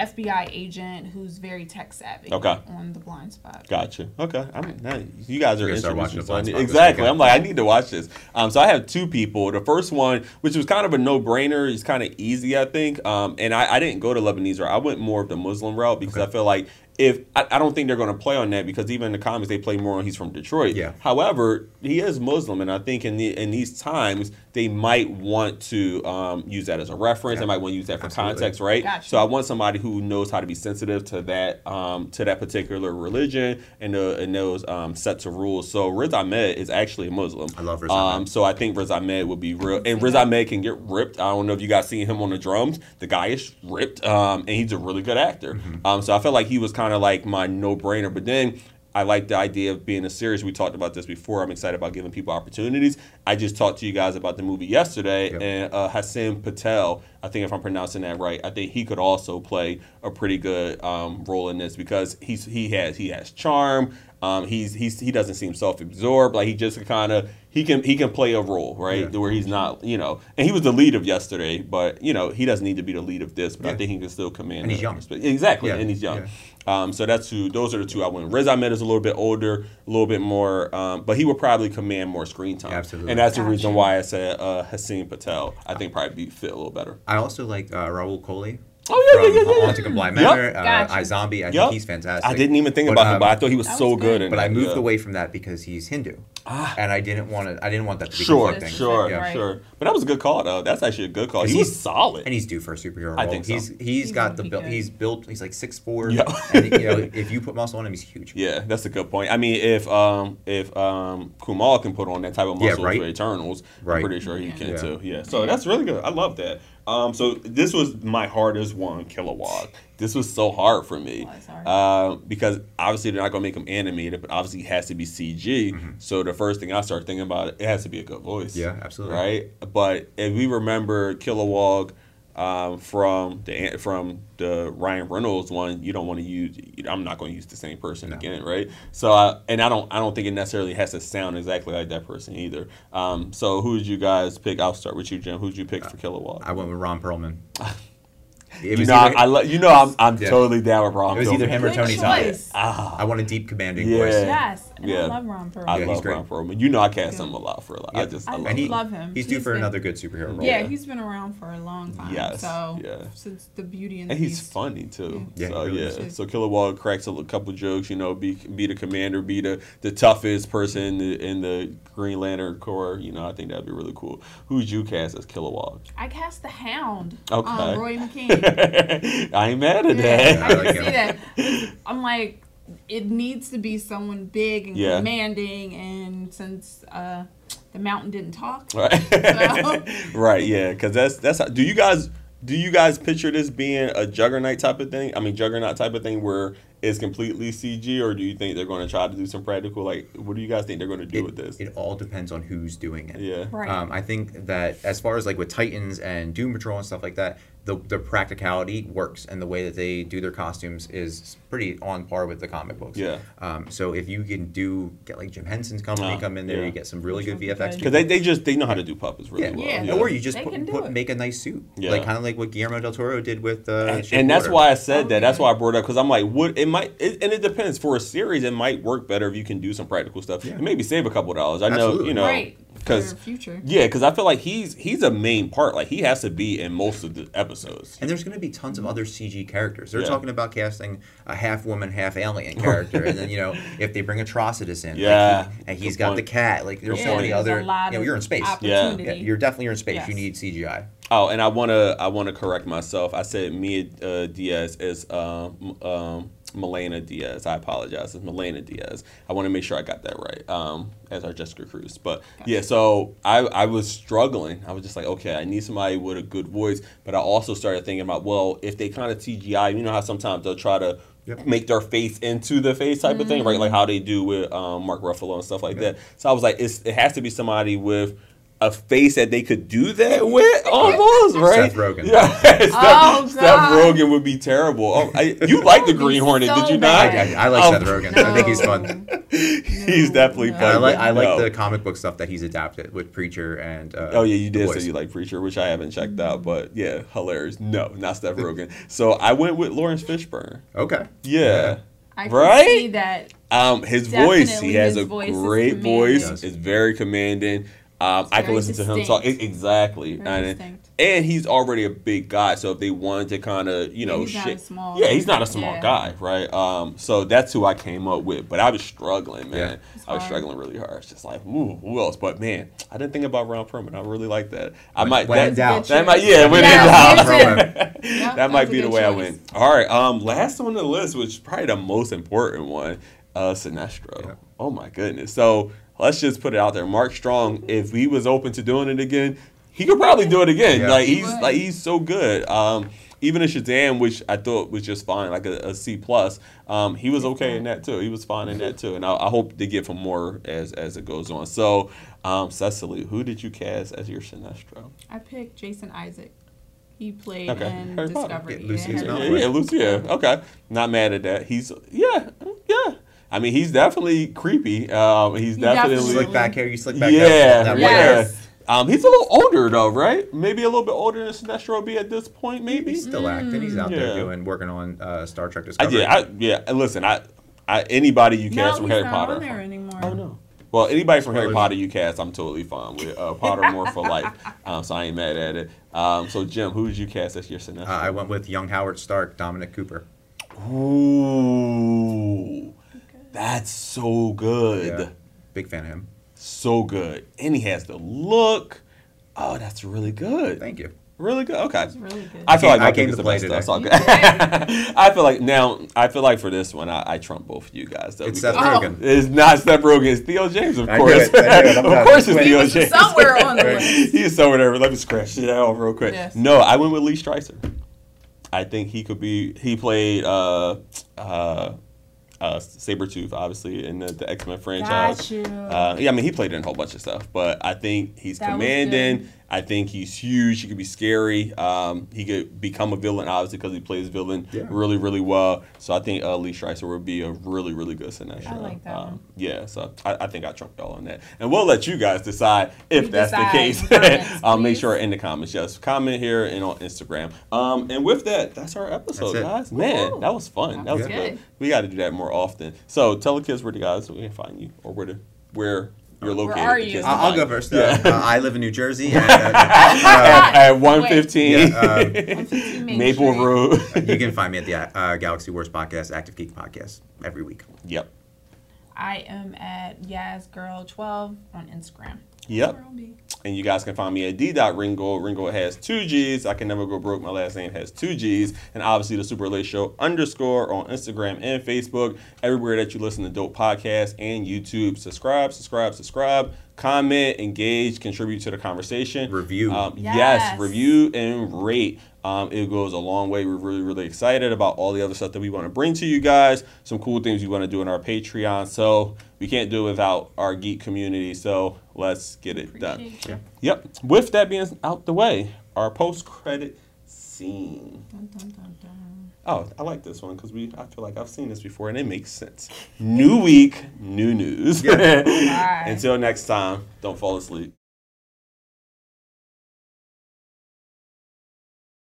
[SPEAKER 4] FBI agent who's very tech savvy.
[SPEAKER 1] Okay.
[SPEAKER 4] On the blind spot.
[SPEAKER 1] Gotcha. Okay. I'm, now you guys are
[SPEAKER 5] We're gonna
[SPEAKER 1] introducing
[SPEAKER 5] start watching The
[SPEAKER 1] so I
[SPEAKER 5] Blind
[SPEAKER 1] need-
[SPEAKER 5] Spot this
[SPEAKER 1] Exactly.
[SPEAKER 5] weekend.
[SPEAKER 1] I'm like, I need to watch this. Um, so I have two people. The first one, which was kind of a no brainer, is kind of easy, I think. Um, and I, I didn't go to Lebanese route. I went more of the Muslim route because I feel like if I, I don't think they're going to play on that because even in the comics they play more on he's from Detroit.
[SPEAKER 5] Yeah.
[SPEAKER 1] However, he is Muslim, and I think in the, in these times they might want to um, use that as a reference. They
[SPEAKER 5] Yeah.
[SPEAKER 1] might want to use that for
[SPEAKER 5] Absolutely.
[SPEAKER 1] context, right?
[SPEAKER 4] Gotcha.
[SPEAKER 1] So I want somebody who knows how to be sensitive to that um, to that particular religion and uh, and those um, sets of rules. So Riz Ahmed is actually a Muslim.
[SPEAKER 5] I love Riz
[SPEAKER 1] Um,
[SPEAKER 5] Ahmed.
[SPEAKER 1] so I think Riz Ahmed would be real, and Riz Ahmed can get ripped. I don't know if you guys seen him on the drums. The guy is ripped, um, and he's a really good actor.
[SPEAKER 5] Mm-hmm.
[SPEAKER 1] Um, so I felt like he was kind of like my no brainer, but then. I like the idea of being a series. We talked about this before. I'm excited about giving people opportunities. I just talked to you guys about the movie yesterday,
[SPEAKER 5] Yep.
[SPEAKER 1] and uh, Hassan Patel. I think if I'm pronouncing that right, I think he could also play a pretty good um, role in this because he's he has he has charm. Um, he's he's he doesn't seem self-absorbed. Like he just kind of he can he can play a role right
[SPEAKER 5] Yeah.
[SPEAKER 1] where he's not you know. And he was the lead of yesterday, but you know he doesn't need to be the lead of this. But I
[SPEAKER 5] Yeah.
[SPEAKER 1] think he can still command.
[SPEAKER 5] And he's young.
[SPEAKER 1] respect. Exactly,
[SPEAKER 5] Yeah,
[SPEAKER 1] and he's young.
[SPEAKER 5] yeah.
[SPEAKER 1] Um, so that's who. Those are the two I went. Rez Ahmed is a little bit older, a little bit more, um, but he would probably command more screen time.
[SPEAKER 5] Absolutely.
[SPEAKER 1] And that's the
[SPEAKER 4] Gotcha.
[SPEAKER 1] reason why I said uh, Hasim Patel. I think probably be fit a little better.
[SPEAKER 5] I also liked uh, Raul Coley.
[SPEAKER 1] Oh, yeah, yeah, yeah, yeah,
[SPEAKER 5] Haunting of Blind
[SPEAKER 1] Yup.
[SPEAKER 5] Manor,
[SPEAKER 4] Gotcha.
[SPEAKER 5] uh, iZombie. I
[SPEAKER 1] Yup.
[SPEAKER 5] think he's fantastic.
[SPEAKER 1] I didn't even think
[SPEAKER 5] But,
[SPEAKER 1] about him,
[SPEAKER 5] um,
[SPEAKER 1] but I thought he was
[SPEAKER 4] That
[SPEAKER 1] so
[SPEAKER 4] was
[SPEAKER 1] good.
[SPEAKER 4] good.
[SPEAKER 1] in
[SPEAKER 5] but I
[SPEAKER 1] that,
[SPEAKER 5] moved
[SPEAKER 1] yeah.
[SPEAKER 5] away from that because he's Hindu, and I didn't want to. I didn't want that to be
[SPEAKER 1] Sure,
[SPEAKER 5] conflicting.
[SPEAKER 1] sure,
[SPEAKER 5] Yeah.
[SPEAKER 4] Right.
[SPEAKER 1] sure. But that was a good call, though. That's actually a good call.
[SPEAKER 5] And
[SPEAKER 1] He's,
[SPEAKER 5] he was-
[SPEAKER 1] solid.
[SPEAKER 5] And he's due for a superhero role.
[SPEAKER 1] I think so.
[SPEAKER 5] He's he's
[SPEAKER 4] He's gonna
[SPEAKER 5] got the
[SPEAKER 4] be
[SPEAKER 5] build.
[SPEAKER 4] good.
[SPEAKER 5] He's built. He's like six four.
[SPEAKER 1] Yeah.
[SPEAKER 5] and you know, if you put muscle on him, he's huge.
[SPEAKER 1] yeah, that's a good point. I mean, if um if um Kumal can put on that type of
[SPEAKER 5] Yeah,
[SPEAKER 1] muscle
[SPEAKER 5] right.
[SPEAKER 1] for Eternals, I'm
[SPEAKER 5] Right.
[SPEAKER 1] pretty sure he can
[SPEAKER 5] Yeah.
[SPEAKER 1] too. Yeah. So that's really good. I love that. Um, so this was my hardest one, Kilowog. This was so hard for me
[SPEAKER 4] Was hard.
[SPEAKER 1] uh, because obviously they're not gonna make him animated, but obviously it has to be CG. So the first thing I start thinking about it has to be a good voice.
[SPEAKER 5] Mm-hmm. Yeah, absolutely.
[SPEAKER 1] Right, but if we remember Kilowog um, from the an- from the Ryan Reynolds one, you don't want to use. I'm not going to use the same person
[SPEAKER 5] No.
[SPEAKER 1] again, right? So I, and I don't I don't think it necessarily has to sound exactly like that person either. Um, so who did you guys pick? I'll start with you, Jim. Who'd you pick for Kilowog?
[SPEAKER 5] Uh, I went with Ron Perlman. It
[SPEAKER 1] you
[SPEAKER 5] was
[SPEAKER 1] know,
[SPEAKER 5] either,
[SPEAKER 1] I, I lo- you know, I'm, I'm
[SPEAKER 5] Yeah.
[SPEAKER 1] totally down with Ron.
[SPEAKER 5] it was either
[SPEAKER 1] Perlman.
[SPEAKER 5] him or
[SPEAKER 4] Good
[SPEAKER 5] Tony Todd.
[SPEAKER 4] choice.
[SPEAKER 1] Ah,
[SPEAKER 5] I want a deep commanding
[SPEAKER 1] Yeah.
[SPEAKER 5] voice.
[SPEAKER 4] Yes, and
[SPEAKER 1] Yeah.
[SPEAKER 4] I love Ron Perlman.
[SPEAKER 1] I
[SPEAKER 5] Yeah, he's
[SPEAKER 1] love
[SPEAKER 5] great.
[SPEAKER 1] Ron Perlman. You know, I cast him a lot for a lot. I
[SPEAKER 5] Yeah.
[SPEAKER 1] just,
[SPEAKER 4] I
[SPEAKER 1] I love
[SPEAKER 5] And he,
[SPEAKER 1] him.
[SPEAKER 4] love him.
[SPEAKER 5] He's due
[SPEAKER 4] He's
[SPEAKER 5] for
[SPEAKER 4] been-
[SPEAKER 5] another good superhero role.
[SPEAKER 4] yeah,
[SPEAKER 1] Yeah.
[SPEAKER 4] he's been around for a long time.
[SPEAKER 1] Yes,
[SPEAKER 4] So
[SPEAKER 1] yeah.
[SPEAKER 4] since the Beauty and,
[SPEAKER 1] And
[SPEAKER 4] the
[SPEAKER 1] he's
[SPEAKER 4] Beast.
[SPEAKER 1] funny too.
[SPEAKER 5] Yeah,
[SPEAKER 1] so
[SPEAKER 5] he really
[SPEAKER 1] yeah.
[SPEAKER 5] is.
[SPEAKER 1] So Killer Wall cracks a l- couple jokes. You know, be be the commander, be the, the toughest person in the, in the Green Lantern Corps. You know, I think that'd be really cool. Who'd you cast as Killer Wall?
[SPEAKER 4] I cast the Hound.
[SPEAKER 1] Okay.
[SPEAKER 4] Um, Roy McKean.
[SPEAKER 1] I ain't mad at
[SPEAKER 4] Yeah,
[SPEAKER 1] that.
[SPEAKER 4] I
[SPEAKER 5] like
[SPEAKER 4] can see that. I'm like, it needs to be someone big and
[SPEAKER 1] Yeah.
[SPEAKER 4] commanding, and since uh, the mountain didn't talk,
[SPEAKER 1] Right. right. Yeah. Because that's that's. How, do you guys do you guys picture this being a Juggernaut type of thing? I mean, Juggernaut type of thing where it's completely CG, or do you think they're going to try to do some practical? Like, what do you guys think they're going to do with this?
[SPEAKER 5] It all depends on who's doing it.
[SPEAKER 1] yeah.
[SPEAKER 4] Right.
[SPEAKER 5] Um, I think that as far as like with Titans and Doom Patrol and stuff like that, the, the practicality works, and the way that they do their costumes is pretty on par with the comic books.
[SPEAKER 1] Yeah.
[SPEAKER 5] Um, so if you can do get like Jim Henson's company
[SPEAKER 1] Ah,
[SPEAKER 5] come in there,
[SPEAKER 1] yeah.
[SPEAKER 5] you get some really good VFX.
[SPEAKER 1] Because they, they just they know how to do puppets really
[SPEAKER 5] yeah.
[SPEAKER 1] well.
[SPEAKER 4] Yeah.
[SPEAKER 5] Or you just
[SPEAKER 4] They
[SPEAKER 5] put,
[SPEAKER 4] can do
[SPEAKER 5] put-
[SPEAKER 4] it.
[SPEAKER 5] make a nice suit,
[SPEAKER 1] Yeah.
[SPEAKER 5] like kind of like what Guillermo del Toro did with. Uh,
[SPEAKER 1] and,
[SPEAKER 5] Shape
[SPEAKER 1] and that's
[SPEAKER 5] Water.
[SPEAKER 1] why I said
[SPEAKER 4] Oh,
[SPEAKER 1] that. That's
[SPEAKER 4] yeah.
[SPEAKER 1] why I brought it up because I'm like, would it might, it, and it depends. For a series, it might work better if you can do some practical stuff.
[SPEAKER 5] Yeah.
[SPEAKER 1] And maybe save a couple dollars. I know,
[SPEAKER 5] Absolutely.
[SPEAKER 1] you know,
[SPEAKER 4] right?
[SPEAKER 1] because
[SPEAKER 4] for future.
[SPEAKER 1] Yeah, because I feel like he's he's a main part. Like he has to be in most of the episodes.
[SPEAKER 5] And there's going to be tons of other CG characters. They're
[SPEAKER 1] Yeah.
[SPEAKER 5] talking about casting a half woman, half alien character, and then you know if they bring Atrocitus in, like, he-
[SPEAKER 1] Yeah.
[SPEAKER 5] and he's
[SPEAKER 1] Good
[SPEAKER 5] got
[SPEAKER 1] point.
[SPEAKER 5] the cat. Like there's
[SPEAKER 1] Good
[SPEAKER 5] so
[SPEAKER 1] point.
[SPEAKER 5] many
[SPEAKER 4] There's a
[SPEAKER 5] other.
[SPEAKER 4] lot
[SPEAKER 5] You know,
[SPEAKER 4] of
[SPEAKER 5] you're in space.
[SPEAKER 1] Yeah.
[SPEAKER 5] Yeah,
[SPEAKER 4] opportunity.
[SPEAKER 5] you're definitely you're in space. You
[SPEAKER 4] Yes.
[SPEAKER 5] need CGI.
[SPEAKER 1] Oh, and I wanna I wanna correct myself. I said Mia uh, Diaz is um um Melena Diaz. I apologize. It's Melena Diaz. I want to make sure I got that right. Um, as our Jessica Cruz. But yeah, so I I was struggling. I was just like, okay, I need somebody with a good voice. But I also started thinking about well, if they kind of CGI, you know how sometimes they'll try to.
[SPEAKER 5] Yep.
[SPEAKER 1] Make their face into the face type of thing, right? Like how they do with um, Mark Ruffalo and stuff like that. So I was like, it's, it has to be somebody with a face that they could do that with, almost, right?
[SPEAKER 5] Seth Rogen.
[SPEAKER 1] Yeah, Seth,
[SPEAKER 4] Oh,
[SPEAKER 1] Seth
[SPEAKER 4] God.
[SPEAKER 1] Rogan would be terrible. Oh, I, you like the
[SPEAKER 4] That would
[SPEAKER 1] Green
[SPEAKER 4] be
[SPEAKER 1] Hornet,
[SPEAKER 4] so
[SPEAKER 1] did you
[SPEAKER 5] I,
[SPEAKER 1] not?
[SPEAKER 4] bad.
[SPEAKER 5] I, I like
[SPEAKER 1] Oh,
[SPEAKER 5] Seth Rogen. I think he's fun.
[SPEAKER 1] He's definitely
[SPEAKER 4] no.
[SPEAKER 1] fun.
[SPEAKER 5] And I like I like
[SPEAKER 1] No.
[SPEAKER 5] the comic book stuff that he's adapted with Preacher and. Uh,
[SPEAKER 1] Oh yeah, you
[SPEAKER 5] The
[SPEAKER 1] did
[SPEAKER 5] Boys.
[SPEAKER 1] say you like Preacher, which I haven't checked
[SPEAKER 4] Mm-hmm.
[SPEAKER 1] out, but yeah, hilarious. No, not Seth Rogen. So I went with Lawrence Fishburne.
[SPEAKER 5] Okay.
[SPEAKER 1] Yeah.
[SPEAKER 4] I can
[SPEAKER 1] Right?
[SPEAKER 4] see that.
[SPEAKER 1] Um, his
[SPEAKER 4] Definitely
[SPEAKER 1] voice. He has
[SPEAKER 4] his
[SPEAKER 1] a
[SPEAKER 4] voice is
[SPEAKER 1] great voice.
[SPEAKER 4] commanding.
[SPEAKER 1] It's very commanding. Um, I can
[SPEAKER 4] very
[SPEAKER 1] listen to him talk
[SPEAKER 4] distinct.
[SPEAKER 1] e- exactly,
[SPEAKER 4] Very
[SPEAKER 1] and,
[SPEAKER 4] distinct.
[SPEAKER 1] and he's already a big guy. So if they wanted to kind of, you know,
[SPEAKER 4] he's not
[SPEAKER 1] shit-
[SPEAKER 4] a small-
[SPEAKER 1] yeah, he's not a small
[SPEAKER 4] yeah.
[SPEAKER 1] guy, right? Um, so that's who I came up with. But I was struggling, man.
[SPEAKER 5] Yeah.
[SPEAKER 4] It's
[SPEAKER 1] I was
[SPEAKER 4] hard.
[SPEAKER 1] struggling really hard. It's just like, ooh, who else? But man, I didn't think about Ron Perlman. I really like that. I might
[SPEAKER 5] when in
[SPEAKER 1] that,
[SPEAKER 5] doubt.
[SPEAKER 1] that might yeah, when in
[SPEAKER 4] Yeah,
[SPEAKER 1] doubt.
[SPEAKER 4] that's it.
[SPEAKER 1] that
[SPEAKER 4] that
[SPEAKER 1] might
[SPEAKER 4] was
[SPEAKER 1] be
[SPEAKER 4] a
[SPEAKER 1] the
[SPEAKER 4] good
[SPEAKER 1] way I
[SPEAKER 4] choice.
[SPEAKER 1] went. All right. Um, last on the list, which is probably the most important one, uh, Sinestro.
[SPEAKER 5] Yeah.
[SPEAKER 1] Oh my goodness. So let's just put it out there. Mark Strong, if he was open to doing it again, he could probably do it again.
[SPEAKER 5] Yeah.
[SPEAKER 1] Like
[SPEAKER 5] He
[SPEAKER 1] he's
[SPEAKER 4] would.
[SPEAKER 1] like he's so good. Um, even in Shazam, which I thought was just fine, like a, a C plus, um, he was okay in that too. He was fine in that too, and I, I hope they give him more as as it goes on. So, um, Cecily, who did you cast as your Sinestro?
[SPEAKER 4] I picked Jason Isaac. He played
[SPEAKER 1] Okay.
[SPEAKER 4] in
[SPEAKER 1] Harry Potter.
[SPEAKER 4] Discovery.
[SPEAKER 5] Yeah, Lucius
[SPEAKER 4] Harry
[SPEAKER 1] Yeah,
[SPEAKER 5] Malfoy.
[SPEAKER 4] Potter.
[SPEAKER 1] yeah, Lucia. Okay, not mad at that. He's yeah, yeah. I mean, he's definitely creepy. Um, he's
[SPEAKER 4] He
[SPEAKER 1] definitely,
[SPEAKER 4] definitely-
[SPEAKER 5] Slick back hair. You slick back.
[SPEAKER 1] yeah,
[SPEAKER 5] That, that white hair.
[SPEAKER 1] yeah.
[SPEAKER 4] Yes.
[SPEAKER 1] Um, he's a little older though, right? Maybe a little bit older than Sinestro will be at this point, maybe.
[SPEAKER 5] He's
[SPEAKER 4] Mm.
[SPEAKER 5] still acting. He's out
[SPEAKER 1] Yeah.
[SPEAKER 5] there doing working on uh, Star Trek
[SPEAKER 1] I,
[SPEAKER 5] Discovery.
[SPEAKER 1] yeah, I, yeah. and Listen, I, I, anybody you
[SPEAKER 4] No,
[SPEAKER 1] cast
[SPEAKER 4] he's
[SPEAKER 1] from Harry
[SPEAKER 4] not
[SPEAKER 1] Potter.
[SPEAKER 4] on there anymore.
[SPEAKER 1] Oh no. Well, anybody from Harry
[SPEAKER 5] Spoilers.
[SPEAKER 1] Potter you cast, I'm totally fine with. Uh, Pottermore for life, um, so I ain't mad at it. Um, so Jim, who did you cast as your Sinestro?
[SPEAKER 5] Uh, I went with young Howard Stark, Dominic Cooper.
[SPEAKER 1] Ooh, that's so good,
[SPEAKER 5] Yeah. Big fan of him.
[SPEAKER 1] so good, and he has the look. Oh, that's really good.
[SPEAKER 5] Thank you.
[SPEAKER 1] Really good. Okay.
[SPEAKER 4] It's really good.
[SPEAKER 1] I feel like
[SPEAKER 5] I
[SPEAKER 1] my
[SPEAKER 5] came
[SPEAKER 1] pick is
[SPEAKER 5] to
[SPEAKER 1] the
[SPEAKER 5] play
[SPEAKER 1] best. Though,
[SPEAKER 5] today.
[SPEAKER 1] it's all good. I feel like now. I feel like for this one, I, I trump both of you guys. Though,
[SPEAKER 5] It's Seth
[SPEAKER 1] because-
[SPEAKER 5] Rogen.
[SPEAKER 1] It's not Steph Rogen. It's Theo James, of
[SPEAKER 5] I knew
[SPEAKER 1] course.
[SPEAKER 5] it, I knew it, I'm
[SPEAKER 1] of
[SPEAKER 5] done.
[SPEAKER 1] course, it's
[SPEAKER 5] Wait,
[SPEAKER 4] He
[SPEAKER 1] Theo
[SPEAKER 4] was
[SPEAKER 1] James.
[SPEAKER 4] somewhere on the list.
[SPEAKER 1] He's so whatever. Let me scratch that off real quick.
[SPEAKER 4] Yes.
[SPEAKER 1] No, I went with Lee Streiser. I think he could be. He played uh, uh, uh, Sabretooth, obviously, in the, the X Men franchise.
[SPEAKER 4] Got you.
[SPEAKER 1] Uh, yeah, I mean, he played in a whole bunch of stuff, but I think he's
[SPEAKER 4] That was
[SPEAKER 1] commanding.
[SPEAKER 4] good.
[SPEAKER 1] I think he's huge. He could be scary. Um, he could become a villain, obviously, because he plays villain
[SPEAKER 5] Yeah.
[SPEAKER 1] really, really well. So I think uh, Lee Streiser would be a really, really good Sinestro.
[SPEAKER 4] I like that one.
[SPEAKER 1] Yeah, so I, I think I trumped y'all on that. And we'll let you guys decide if
[SPEAKER 4] You
[SPEAKER 1] that's
[SPEAKER 4] decide.
[SPEAKER 1] the case.
[SPEAKER 4] Comments,
[SPEAKER 1] I'll make
[SPEAKER 4] please.
[SPEAKER 1] sure in the comments. Yes, comment here and on Instagram. Um, and with that, that's our episode, guys.
[SPEAKER 5] That's it.
[SPEAKER 1] Man,
[SPEAKER 4] Woo.
[SPEAKER 1] that was fun. That was
[SPEAKER 4] was
[SPEAKER 1] good.
[SPEAKER 4] good.
[SPEAKER 1] We got to do that more often. So tell the kids where the guys we can find you or where to where you're located.
[SPEAKER 4] are
[SPEAKER 1] the
[SPEAKER 4] you?
[SPEAKER 1] kids can
[SPEAKER 5] I'll, I'll
[SPEAKER 1] find
[SPEAKER 5] go
[SPEAKER 1] you.
[SPEAKER 5] first.
[SPEAKER 1] Yeah.
[SPEAKER 5] Uh, I live in New Jersey. And, uh,
[SPEAKER 1] at, at 115
[SPEAKER 5] yeah, uh,
[SPEAKER 4] Main
[SPEAKER 1] Maple
[SPEAKER 4] Street.
[SPEAKER 1] Road.
[SPEAKER 5] you can find me at the uh, Galaxy Wars podcast, Active Geek podcast, every week.
[SPEAKER 1] yep.
[SPEAKER 4] I am at YasGirl12 on Instagram.
[SPEAKER 1] Yep.
[SPEAKER 4] Girl me.
[SPEAKER 1] And you guys can find me at d.ringo. Ringo has two G's. I can never go broke. My last name has two G's. And obviously, the Super Late Show underscore on Instagram and Facebook. Everywhere that you listen to dope podcasts and YouTube. Subscribe, subscribe, subscribe. Comment, engage, contribute to the conversation.
[SPEAKER 5] Review.
[SPEAKER 1] Um, yes.
[SPEAKER 4] Yes.
[SPEAKER 1] review and rate. Um, it goes a long way. We're really, really excited about all the other stuff that we want to bring to you guys. Some cool things we want to do in our Patreon. So we can't do it without our geek community. So let's get it done.
[SPEAKER 4] Appreciate you.
[SPEAKER 1] Yep. With that being out the way, our post credit scene.
[SPEAKER 4] Dun, dun, dun, dun.
[SPEAKER 1] Oh, I like this one because we. I feel like I've seen this before and it makes sense. New week, new news.
[SPEAKER 4] Bye.
[SPEAKER 1] Until next time, don't fall asleep.